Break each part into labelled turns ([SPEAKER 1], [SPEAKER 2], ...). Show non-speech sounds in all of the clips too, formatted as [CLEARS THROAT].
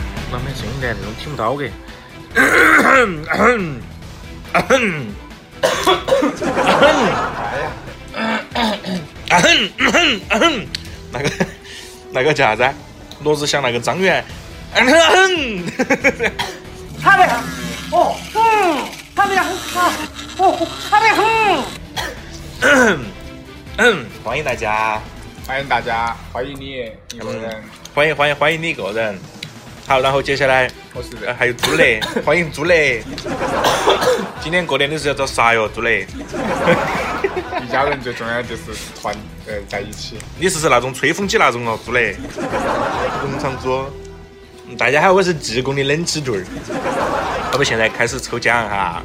[SPEAKER 1] 呢，侬听勿到个。那个那个叫啥子啊？罗志祥那个张元。
[SPEAKER 2] 他们，哦，嗯，他们很好，哦，他们很。
[SPEAKER 1] 欢迎大家，
[SPEAKER 3] 欢迎大家，欢迎你一个人，
[SPEAKER 1] 欢迎欢迎欢迎你一个人。好，然后接下来
[SPEAKER 3] 我是
[SPEAKER 1] 呃还有朱雷，欢迎朱雷。今年过年你是要找啥哟，朱雷？
[SPEAKER 3] 一家人最重要就是团呃在一起。
[SPEAKER 1] 你是是那种吹风机那种哦，猪嘞，农场猪。嗯大家好，我是济公的冷气队儿。我们现在开始抽奖哈，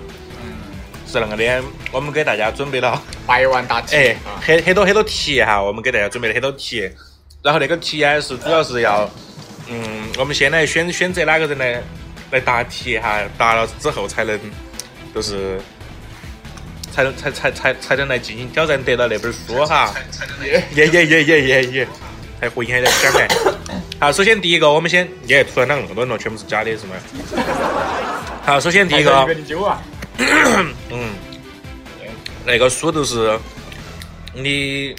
[SPEAKER 1] 是那个的，我们给大家准备了，
[SPEAKER 3] 百万大题
[SPEAKER 1] 哎
[SPEAKER 3] 啊，，
[SPEAKER 1] 很很多很多题哈，我们给大家准备了很多题。然后那个题啊是主要是要，嗯，我们先来选选择哪个人来来答题哈，答了之后才能就是才能才才才才能来进行挑战得到那本书哈。
[SPEAKER 3] 耶
[SPEAKER 1] [LAUGHS] 耶耶耶耶耶耶！哎还回音还在响呢。好，首先第一个，我们先耶，突然啷个那么多人了，全部是假的，是吗？好，首先第一
[SPEAKER 3] 还有一
[SPEAKER 1] 个
[SPEAKER 3] 个，你揪啊，
[SPEAKER 1] 嗯，那个书都是你，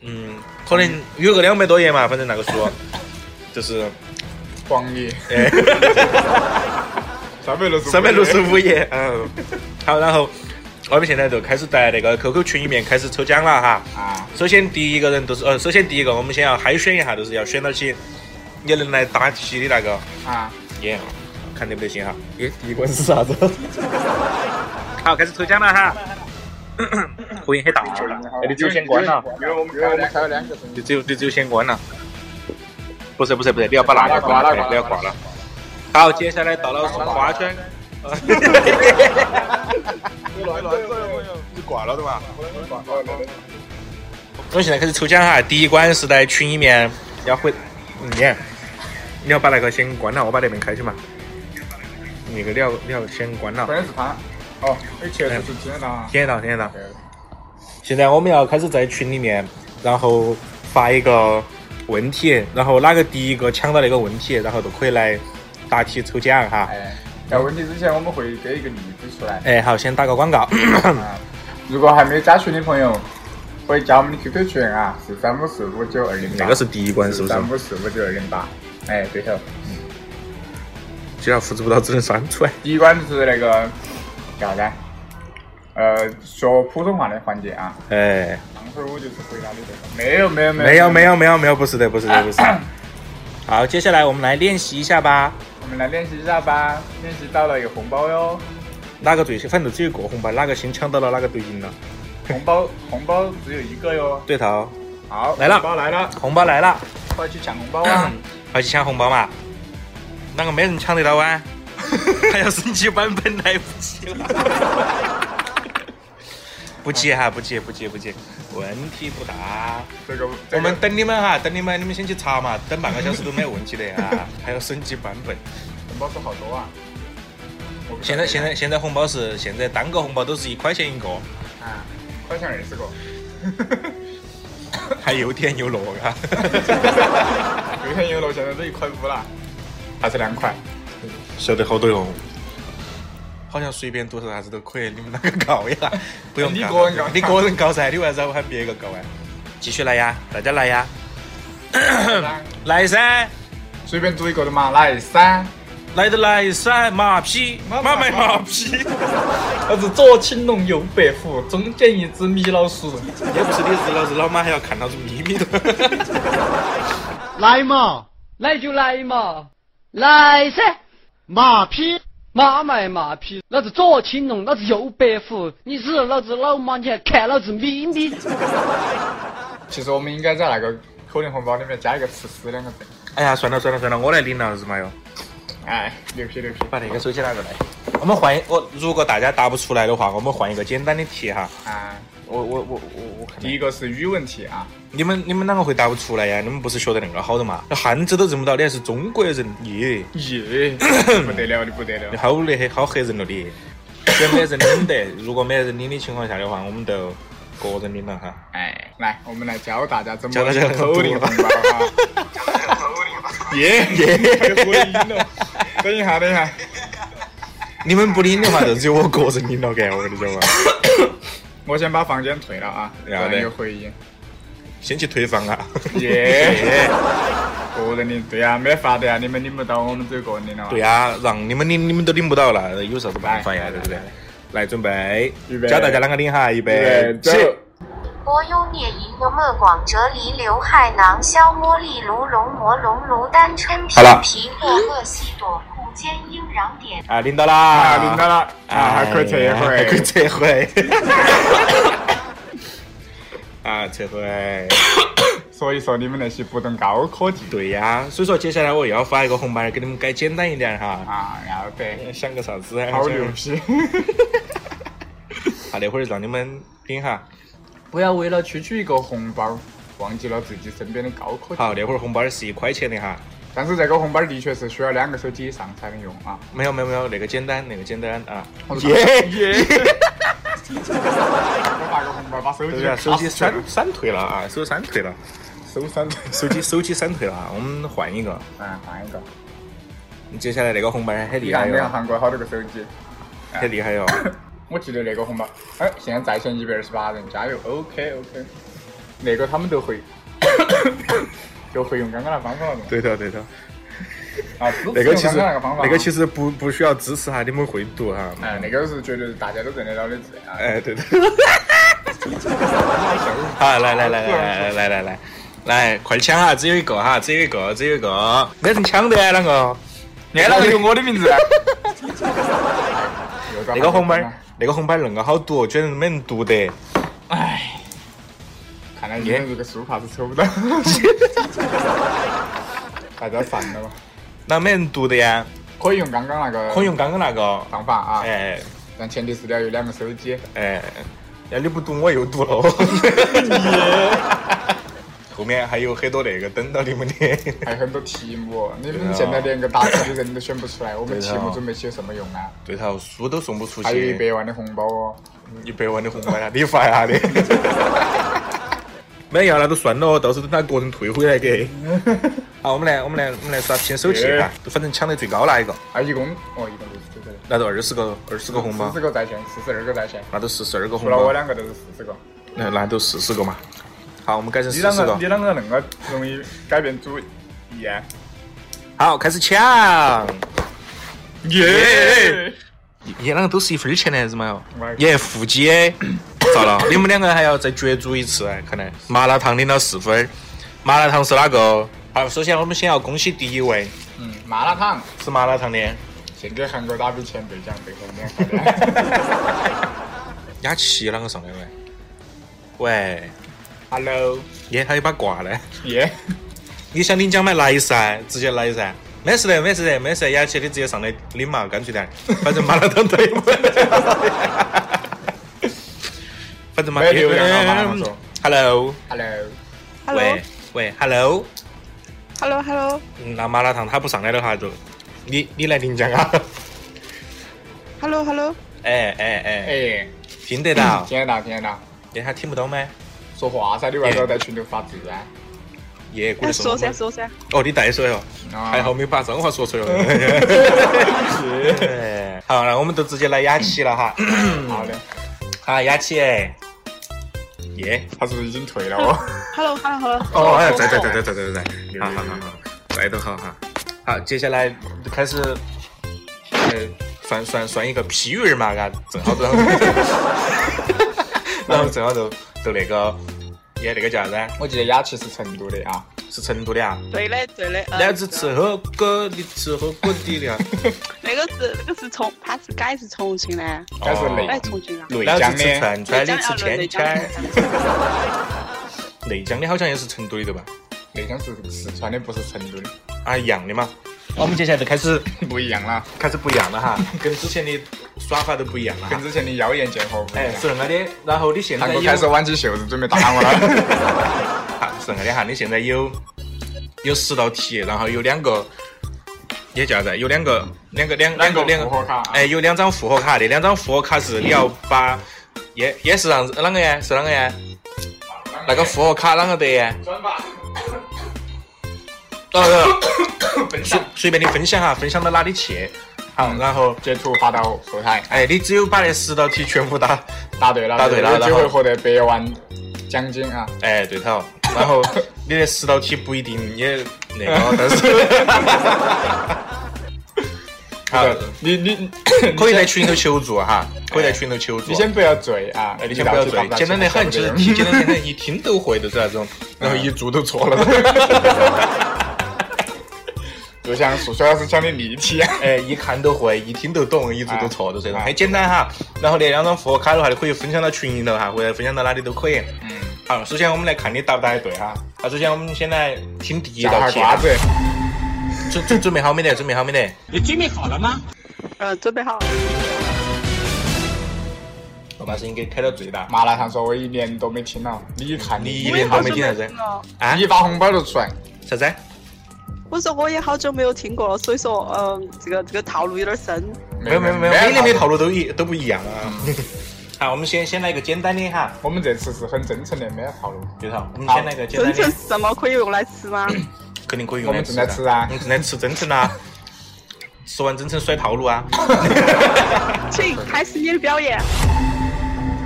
[SPEAKER 1] 嗯，可能有个两百多页嘛，反正那个书就是
[SPEAKER 3] 黄历
[SPEAKER 1] 哎
[SPEAKER 3] [LAUGHS] 三百六十
[SPEAKER 1] 三百六十五页，嗯。好，然后我们现在就开始在那个 QQ 群里面开始抽奖了哈。
[SPEAKER 3] 啊，
[SPEAKER 1] 首先第一个人都是呃，首先第一个我们先要海选一下，就是要选到起也能来答题的那个
[SPEAKER 3] 啊，
[SPEAKER 1] 耶，看得不得行哈？耶，第一关是啥子？好，开始抽奖了哈。回音很大，那哎你只有先关啊了，
[SPEAKER 3] 因为我们因为我们才有两个人，
[SPEAKER 1] 你只有你只有先关了。不是不是不是，你要把那个挂了，你要挂了。好，接下来到了是花 [LAUGHS] 圈。
[SPEAKER 3] 你挂了的嘛？挂了，
[SPEAKER 1] 我们现在开始抽奖哈，第一关是在群里面要回，嗯你，你要把那个先关了，我把那边开起嘛。那个你要你要先关了
[SPEAKER 3] 关，键是他，哦，哎，确实是听得到啊。
[SPEAKER 1] 听得到听得到。现在我们要开始在群里面，然后发一个问题，然后哪个第一个抢到那个问题，然后就可以来答题抽奖哈。
[SPEAKER 3] 哎，在问题之前，我们会给一个例子出来。
[SPEAKER 1] 哎，好，先打个广告。
[SPEAKER 3] 啊，如果还没有加群的朋友，可以加我们的 QQ 群啊，是三五四五九二零八。
[SPEAKER 1] 那个是第一关是不是
[SPEAKER 3] 三？五四五九二零八。哎，对头，
[SPEAKER 1] 就要复制不到，只能删除。
[SPEAKER 3] 第一关就是那个叫啥子啊？呃，说普通话的环节啊。
[SPEAKER 1] 哎，
[SPEAKER 3] 上回我就是回答你这个。没有没有没有
[SPEAKER 1] 没有没。有没有没有，不是的，不是的，不是的。好，接下来我们来练习一下吧。
[SPEAKER 3] 我们来练习一下吧，练习到了有红包哟，
[SPEAKER 1] 哪个最先？反正只有一个红包，哪个先抢到了，哪个就赢了。
[SPEAKER 3] 红包红包只有一个哟。
[SPEAKER 1] 对头，
[SPEAKER 3] 好，
[SPEAKER 1] 来了
[SPEAKER 3] 红包来了，
[SPEAKER 1] 红包来了，
[SPEAKER 3] 快去抢红
[SPEAKER 1] [COUGHS]
[SPEAKER 3] 包啊！
[SPEAKER 1] 快去抢红包嘛！哪个没人抢得到啊？ [LAUGHS] 还要升级版本来不及了。 [LAUGHS] 不急哈，不急不急不急，问题不大。
[SPEAKER 3] 这个
[SPEAKER 1] 我们等你们哈，等你们，你们先去查嘛，等半个小时都没问题的啊。 [LAUGHS] 还要升级版本。
[SPEAKER 3] 红包是好多啊。我不晓啊
[SPEAKER 1] 现
[SPEAKER 3] 得
[SPEAKER 1] 在现在现在红包是现在单个红包都是一块钱一个，
[SPEAKER 3] 啊，快抢二十个，
[SPEAKER 1] 还有点有落啊。
[SPEAKER 3] [LAUGHS]
[SPEAKER 1] [LAUGHS]
[SPEAKER 3] 有天有了，现在都一块五了，还是两块。
[SPEAKER 1] 晓得好多哟。好像随便多少啥子都可以，你们哪个搞呀？不用
[SPEAKER 3] 你
[SPEAKER 1] 搞
[SPEAKER 3] 个人搞
[SPEAKER 1] 你个人搞噻，你为啥子要喊别个搞啊？继续来呀，大家来呀，来噻，
[SPEAKER 3] 嗯随便读一个的嘛，来三，
[SPEAKER 1] 来都来噻，马屁，
[SPEAKER 3] 马
[SPEAKER 1] 马卖
[SPEAKER 3] 马
[SPEAKER 1] 马屁，也
[SPEAKER 3] 儿子左青龙右白虎，中间一只米老鼠。
[SPEAKER 1] 不是你日老子老妈还要看老子咪咪的。
[SPEAKER 4] 来嘛，
[SPEAKER 2] 来就来嘛，来噻！
[SPEAKER 4] 马屁
[SPEAKER 2] 妈卖马屁，老子左青龙，老子右白虎，你日老子老妈，你还看老子咪咪？
[SPEAKER 3] 其实我们应该在那个口令红包里面加一个“吃屎”两个字。
[SPEAKER 1] 哎呀，算了算了算了，我来领了是嘛哟。
[SPEAKER 3] 哎，牛批牛批！
[SPEAKER 1] 把那个手机拿过来。我们换一，我如果大家答不出来的话，我们换一个简单的题哈。
[SPEAKER 3] 啊，
[SPEAKER 1] 我我我我我看
[SPEAKER 3] 第一个是语文题啊，
[SPEAKER 1] 你们你们哪个会答不出来呀？你们不是学得那个好的嘛？汉字都认不到，你还是中国人，耶！
[SPEAKER 3] 耶，不得了，你不得
[SPEAKER 1] 你
[SPEAKER 3] 了。
[SPEAKER 1] 好厉害，好吓人了你！虽然没人领得，如果没人领的情况下的话，我们就个人领了哈。
[SPEAKER 3] 哎，来，我们来教大家怎
[SPEAKER 1] 教大
[SPEAKER 3] 么
[SPEAKER 1] 家
[SPEAKER 3] [LAUGHS] 用口令红包啊。
[SPEAKER 1] 耶
[SPEAKER 4] 耶
[SPEAKER 1] 他就说赢
[SPEAKER 3] 哦
[SPEAKER 1] 了。
[SPEAKER 3] 等一下，等一下，
[SPEAKER 4] 你们不领的话，就只有我个人领了干，我跟你讲嘛，
[SPEAKER 3] 我先把房间退了啊，不
[SPEAKER 1] 然后呢
[SPEAKER 3] 然有
[SPEAKER 1] [LAUGHS]
[SPEAKER 3] 回音。
[SPEAKER 1] 先去退房啊！
[SPEAKER 3] 耶，个人领对啊，没法的呀，你们领不到，我们只有个人领了。
[SPEAKER 1] 对，呀、让你们领，你们都领不到了，有啥子办法呀？
[SPEAKER 3] 来
[SPEAKER 1] 对不对
[SPEAKER 3] 来来？
[SPEAKER 1] 来，准备
[SPEAKER 3] 哎预，备
[SPEAKER 1] 教大家啷个领哈，预备
[SPEAKER 3] 对，，
[SPEAKER 1] 起
[SPEAKER 3] 走。。
[SPEAKER 5] 我有聂银有没广哲离刘海囊消魔力卢龙魔龙卢丹春皮
[SPEAKER 1] 好了
[SPEAKER 5] 皮沃恶系朵库坚英壤点
[SPEAKER 1] 啊，领到啦！啊
[SPEAKER 3] 啊，领到。了，啊，还可以撤
[SPEAKER 1] 还可以
[SPEAKER 3] 回。
[SPEAKER 1] 撤回。 [LAUGHS] 啊，撤回。
[SPEAKER 3] 所以说你们那些不懂高科技。
[SPEAKER 1] 对呀、所以说接下来我又要发一个红包给你们改简单一点哈。
[SPEAKER 3] 啊，要得，
[SPEAKER 1] 想个啥子？
[SPEAKER 3] 好牛批。
[SPEAKER 1] 啊，那会儿让你们领哈。
[SPEAKER 3] [LAUGHS] 不要为了区区一个红包，忘记了自己身边的高科技。
[SPEAKER 1] 好，那会儿红包是一块钱的哈。
[SPEAKER 3] 但是这个红包的确是需要两个手机以上才能用啊。
[SPEAKER 1] 没有没有没有，那个简单，那个简单啊。
[SPEAKER 3] 我操
[SPEAKER 1] 耶耶！ [LAUGHS]
[SPEAKER 3] 我发个红包把手机
[SPEAKER 1] 对啊，手机
[SPEAKER 3] 卡
[SPEAKER 1] 闪
[SPEAKER 3] 死了
[SPEAKER 1] 闪退了啊，手闪退了，
[SPEAKER 3] 手闪。
[SPEAKER 1] 手机手机闪退了啊，我们换一个。
[SPEAKER 3] 嗯，换一个。
[SPEAKER 1] 接下来那个红包很
[SPEAKER 3] 你
[SPEAKER 1] 厉害
[SPEAKER 3] 看，你看
[SPEAKER 1] 哟，
[SPEAKER 3] 韩国好多个手机。
[SPEAKER 1] 很厉害
[SPEAKER 3] [LAUGHS]
[SPEAKER 1] 哟。
[SPEAKER 3] 我记得那个红包，哎，现在在线一百二十八人，加油，OK OK。那个他们都
[SPEAKER 1] [COUGHS]
[SPEAKER 3] 会，就会用刚刚那方法了嘛。
[SPEAKER 1] 对头对头。[LAUGHS]
[SPEAKER 3] 啊，支持
[SPEAKER 1] 那个其
[SPEAKER 3] 用
[SPEAKER 1] 实
[SPEAKER 3] 刚刚那个方法。
[SPEAKER 1] 那个其，实不不需要支持哈，你们会读哈。
[SPEAKER 3] 哎，那个是绝对是大家都认得到的字啊。
[SPEAKER 1] 哎，对
[SPEAKER 3] [LAUGHS]
[SPEAKER 1] 对。好，来来来来来来来来来，快抢哈！只有一个哈，只有一个，只有一个，没人抢的啷个？
[SPEAKER 3] 哎，那个用我的名字。
[SPEAKER 1] [LAUGHS] 那个红包，那个红包恁个好读，居然没人读的。
[SPEAKER 3] 哎，看来你们这个书怕是
[SPEAKER 1] [LAUGHS]
[SPEAKER 3] 抽不到。大家散了吧，
[SPEAKER 1] 那没人读的呀？
[SPEAKER 3] 可以用刚刚那个
[SPEAKER 1] 可以用刚刚那个。
[SPEAKER 3] 方法啊，
[SPEAKER 1] 哎
[SPEAKER 3] 但前提是你要有两个手机。
[SPEAKER 1] 哎，要你不读我又读了。 [LAUGHS] 后面还有很多那个等到你们的。
[SPEAKER 3] 还有很多题目，你
[SPEAKER 1] 对啊
[SPEAKER 3] 们现在连个答题的人都选不出来，我们
[SPEAKER 1] 对啊
[SPEAKER 3] 题目准备起有什么用啊？
[SPEAKER 1] 对头，书都送不出去。
[SPEAKER 3] 还有一百万的红包哦，
[SPEAKER 1] 一百万的红包啦，你发下的。
[SPEAKER 3] [LAUGHS]
[SPEAKER 1] 没啊要那就算了，哦到时候等他个人退回来给。
[SPEAKER 3] [LAUGHS]
[SPEAKER 1] 好，我们来，我们来，我们来耍拼手气哈，啊反正抢得最高那一个，
[SPEAKER 3] 啊，一共哦，一共六十九个人，
[SPEAKER 1] 拿到二十个，二十个红包
[SPEAKER 3] 四十，个在线，四十二个在线，
[SPEAKER 1] 拿到四十二个
[SPEAKER 3] 除
[SPEAKER 1] 红
[SPEAKER 3] 了我
[SPEAKER 1] 包，
[SPEAKER 3] 两个都是四十个。
[SPEAKER 1] 那那都四十个嘛。好，我们改成
[SPEAKER 3] 你
[SPEAKER 1] 四
[SPEAKER 3] 啷
[SPEAKER 1] 十
[SPEAKER 3] 个
[SPEAKER 1] 个
[SPEAKER 3] 你。啷个恁个容易改变主意啊？
[SPEAKER 1] 好，开始抢。耶
[SPEAKER 3] 耶！
[SPEAKER 1] 耶，啷个都是一分钱的还是嘛哟
[SPEAKER 3] 我？
[SPEAKER 1] 耶，腹肌
[SPEAKER 3] [COUGHS]
[SPEAKER 1] 耶，糟了，你们两个还要再角逐一次哎，看来麻辣烫领到四分儿，麻辣烫是哪个？好，首先我们先要恭喜第一位
[SPEAKER 3] 嗯，麻辣烫，
[SPEAKER 1] 吃麻辣烫的，
[SPEAKER 3] 先给韩国打笔前辈奖，背后两块
[SPEAKER 1] [LAUGHS]
[SPEAKER 3] 的。
[SPEAKER 1] 雅琪啷个上来喂？喂，
[SPEAKER 3] Hello，
[SPEAKER 1] 耶，他又把挂了。
[SPEAKER 3] 耶，
[SPEAKER 1] 你想领奖买来噻，直接来噻。没事的，没事的，没事的，雅琪你直接上来领嘛，干脆点，反正麻辣烫退不了。反正麻
[SPEAKER 3] 没流量了马上说
[SPEAKER 1] Hello，
[SPEAKER 3] ，Hello，
[SPEAKER 1] 喂喂，Hello，
[SPEAKER 6] Hello，Hello，Hello，Hello，
[SPEAKER 1] 嗯那麻辣烫他不上来的话就，你你来领奖啊。哎哎哎，
[SPEAKER 3] 哎，
[SPEAKER 1] 听得到？
[SPEAKER 3] 听得到，听得到，
[SPEAKER 1] 耶，他听不懂吗？
[SPEAKER 3] 说话噻，你为啥在群头发字啊？
[SPEAKER 1] 耶，估
[SPEAKER 6] 哎
[SPEAKER 1] 计是我
[SPEAKER 6] 说噻
[SPEAKER 1] 们。
[SPEAKER 6] 说噻，
[SPEAKER 1] 哦，你带水哦。
[SPEAKER 3] 啊
[SPEAKER 1] 还好没把脏话说出来。哎好，那我们就直接来雅琪了哈。
[SPEAKER 3] 嗯好的，
[SPEAKER 1] 好，雅琪，耶、
[SPEAKER 3] 他是不是已经退了哦？
[SPEAKER 6] Hello，Hello，Hello，
[SPEAKER 1] 哦，哎，在在在在在在在，好好好好，在都好哈。好，接下来开始，呃，算算算一个批语儿嘛，嘎，正好都，然后正好就就那个，耶，那个叫啥子啊？
[SPEAKER 3] 我记得雅琪是成都的啊，
[SPEAKER 1] 是成都的啊。
[SPEAKER 6] 对的对的，嗯
[SPEAKER 1] 男子吃火锅，你吃火锅底料。
[SPEAKER 6] 那个是那个是重，他是改是重庆的，
[SPEAKER 1] 哦
[SPEAKER 3] 该是
[SPEAKER 6] 哎
[SPEAKER 3] 内
[SPEAKER 6] 重庆啊，
[SPEAKER 3] 内
[SPEAKER 1] 老
[SPEAKER 3] 江
[SPEAKER 1] 子吃串串，你
[SPEAKER 3] 的，
[SPEAKER 6] 内江
[SPEAKER 1] 吃
[SPEAKER 6] 内
[SPEAKER 1] 芊
[SPEAKER 6] 江
[SPEAKER 1] 芊。内江的好像也是成都的对吧？
[SPEAKER 3] 内江是四川的，不是成都的，
[SPEAKER 1] 啊，一样的嘛。我们接下来就开始
[SPEAKER 3] 不一样啦，
[SPEAKER 1] 开始不一样了哈， [LAUGHS] 跟之前的耍法都不一样了
[SPEAKER 3] 跟
[SPEAKER 1] 哈。
[SPEAKER 3] 之前的妖艳贱货不一
[SPEAKER 1] 啊哎，
[SPEAKER 3] 样
[SPEAKER 1] 是。恁个的，然后你现在
[SPEAKER 3] 韩
[SPEAKER 1] 有
[SPEAKER 3] 国开
[SPEAKER 1] [LAUGHS]
[SPEAKER 3] 始挽起袖子准备打我了，
[SPEAKER 1] 哈是恁个的哈，你现在有有十道题，然后有两个。也叫啥子？有两个，两个，两
[SPEAKER 3] 两个
[SPEAKER 1] 两个
[SPEAKER 3] 复活卡
[SPEAKER 1] 哎，有两张复活卡的，两张复活卡是你要把，也也是让啷个呀？是啷个呀？哎那个复活卡啷个得呀？
[SPEAKER 3] 转发，
[SPEAKER 1] 哦，
[SPEAKER 3] 分
[SPEAKER 1] 随
[SPEAKER 3] 享
[SPEAKER 1] 随便你 [COUGHS] 分享哈，分享到哪里去。好，然后
[SPEAKER 3] 截图发到后台，
[SPEAKER 1] 哎，你只有把那十道题全部答，
[SPEAKER 3] 答对了，
[SPEAKER 1] 答对了
[SPEAKER 3] 有机会获得百万奖金啊！
[SPEAKER 1] 哎，对头。然后你的十道题不一定也那个，哦但是好，[COUGHS]
[SPEAKER 3] 你你
[SPEAKER 1] 可以在群头求助啊哈，可以在群头求助
[SPEAKER 3] 你。先不要醉啊！
[SPEAKER 1] 哎，你先不要醉，简单的很，其实题
[SPEAKER 3] 嗯
[SPEAKER 1] 简单的很，一听都会，就是那种，然后一做都错了，
[SPEAKER 3] [LAUGHS] 就像数学老师讲的例题啊。
[SPEAKER 1] 哎，一看都会，一听都懂，一做都错的这种，很简单哈。然后那两张复活卡的话，你可以分享到群里头哈，或者分享到哪里都可以。
[SPEAKER 3] 嗯，
[SPEAKER 1] 好，首先我们来看你答不答得对哈。好，首先我们先来听第一
[SPEAKER 3] 夹
[SPEAKER 1] 道
[SPEAKER 3] 哈
[SPEAKER 1] 题，
[SPEAKER 3] 瓜子，
[SPEAKER 1] 准准准备好没得？准备好没得？
[SPEAKER 6] 呃，准备好了，
[SPEAKER 1] 我把声音给开到最大。
[SPEAKER 3] 麻辣烫说我一年都没听了，你看
[SPEAKER 1] 你
[SPEAKER 3] 你
[SPEAKER 1] 一
[SPEAKER 6] 我也
[SPEAKER 1] 年
[SPEAKER 6] 好
[SPEAKER 1] 都没
[SPEAKER 6] 久
[SPEAKER 1] 听啥子
[SPEAKER 6] 听了。
[SPEAKER 1] 啊
[SPEAKER 3] 你？发红包都出来，
[SPEAKER 1] 啥子？
[SPEAKER 6] 呃我说我也好久没有听过了，所以说，嗯、这个这个套路有点深。
[SPEAKER 1] 没有没有没有，每年的套路都一都不一样啊。好，我们先先来一个简单的哈，
[SPEAKER 3] 我们这次是很真诚的，没有套路。
[SPEAKER 1] 对头，我们先来个简
[SPEAKER 6] 真
[SPEAKER 1] 单
[SPEAKER 6] 诚
[SPEAKER 1] 的，
[SPEAKER 6] 是什么可以用来吃吗？
[SPEAKER 1] 肯定可以用来
[SPEAKER 3] 我们
[SPEAKER 1] 吃的。
[SPEAKER 3] 正在吃啊
[SPEAKER 1] 我们正在吃真诚啊，吃完真诚甩套路啊。
[SPEAKER 6] 请开始你的表演。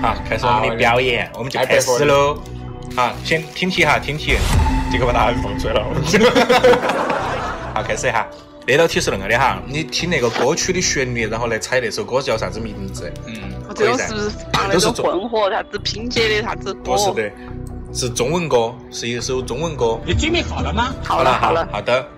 [SPEAKER 1] 好，开始我们的表演，我们就开始喽。好，先听题哈，听题，结果把答案放出来了。好，开始哈。那道题是恁个的哈，你听那个歌曲的旋律，然后来猜那首歌叫啥子名字？
[SPEAKER 3] 嗯，
[SPEAKER 6] 我这种是不是放那
[SPEAKER 1] 都是
[SPEAKER 6] 种
[SPEAKER 1] 中
[SPEAKER 6] 混合啥子拼接的啥子
[SPEAKER 1] 不是
[SPEAKER 6] 歌？
[SPEAKER 1] 的，是中文歌，是一首中文歌。
[SPEAKER 6] 好了好了，
[SPEAKER 1] 好的。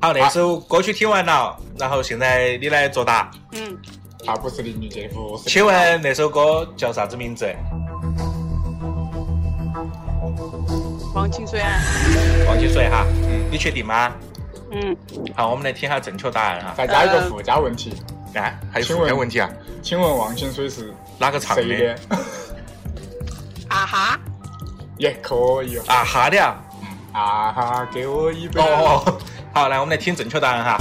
[SPEAKER 1] 好，那首歌曲听完了，然后现在你来作答。
[SPEAKER 6] 嗯，
[SPEAKER 3] 他不是邻居姐夫，我是
[SPEAKER 1] 请问那首歌叫啥子名字？
[SPEAKER 6] 忘情水啊，
[SPEAKER 1] 忘记说哈，你确定吗？
[SPEAKER 6] 嗯，
[SPEAKER 1] 好，我们来听下正确答案哈。
[SPEAKER 3] 再加一个附加问题，
[SPEAKER 1] 啊，还有
[SPEAKER 3] 请
[SPEAKER 1] 附
[SPEAKER 3] 问
[SPEAKER 1] 加问题啊？
[SPEAKER 3] 请问王清水是
[SPEAKER 1] 哪个唱
[SPEAKER 3] 谁
[SPEAKER 1] 的？
[SPEAKER 3] 的？ [LAUGHS]
[SPEAKER 6] 啊哈，
[SPEAKER 3] 也可以哦。
[SPEAKER 1] 啊哈的啊！
[SPEAKER 3] 啊哈，给我一杯。啊
[SPEAKER 1] 哦哦，哦好，来我们来听正确答案哈。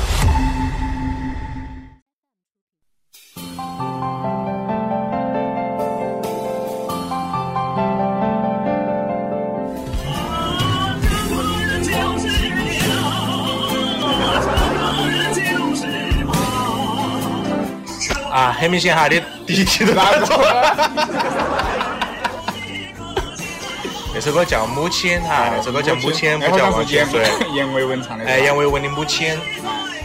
[SPEAKER 1] 啊，很明显哈，你第一题都答
[SPEAKER 3] [LAUGHS]
[SPEAKER 1] 错了。那首歌叫《母亲》哈，那首哎歌叫《母亲》，
[SPEAKER 3] 然
[SPEAKER 1] 不
[SPEAKER 3] 后
[SPEAKER 1] 叫《
[SPEAKER 3] 当
[SPEAKER 1] 忘
[SPEAKER 3] 时
[SPEAKER 1] 情
[SPEAKER 3] 阎
[SPEAKER 1] 水》。
[SPEAKER 3] [LAUGHS] 阎维文唱的。
[SPEAKER 1] 哎，杨维文的母亲，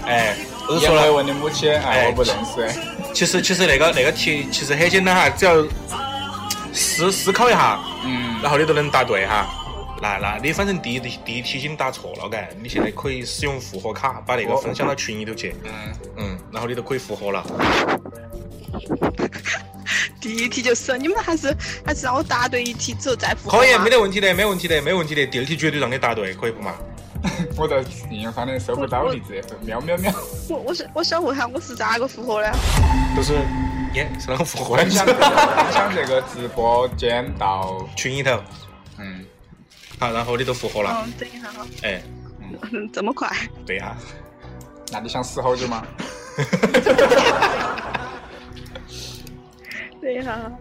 [SPEAKER 1] 哎，我就
[SPEAKER 3] 阎
[SPEAKER 1] 说
[SPEAKER 3] 维
[SPEAKER 1] 了，
[SPEAKER 3] 文的母亲，哎，我不认识。
[SPEAKER 1] [LAUGHS] 其实其实那个那个题其实很简单哈，只要思思考一下，
[SPEAKER 3] 嗯，
[SPEAKER 1] 然后你都能答对哈。那那你反正第一题第一题已经答错了，嘎，你现在可以使用复活卡把那个分享到群里头去，
[SPEAKER 3] 嗯，
[SPEAKER 1] 嗯，然后你就可以复活了。
[SPEAKER 6] 第一题就是，你们还是还是让我答对一题之后再复
[SPEAKER 1] 可以，没
[SPEAKER 6] 得。
[SPEAKER 1] 得问题的，没问题的，没问题的。第二题绝对让你答对，可以不嘛？
[SPEAKER 3] [LAUGHS] 我在应用上的收不到荔枝 FM，喵喵喵。
[SPEAKER 6] 我我是我想问下，我是咋个复
[SPEAKER 1] 啊
[SPEAKER 6] 活的？
[SPEAKER 1] 就是，耶，是啷个复活
[SPEAKER 3] [LAUGHS] 分享分享这个直播间到，
[SPEAKER 1] 群里头，
[SPEAKER 3] 嗯，
[SPEAKER 1] 好，然后你就复活了，
[SPEAKER 6] 嗯，等一下哈，
[SPEAKER 1] 哎，
[SPEAKER 6] 嗯这么快？
[SPEAKER 1] 对啊呀、
[SPEAKER 3] 那你想死好久吗？
[SPEAKER 6] 等一下哈，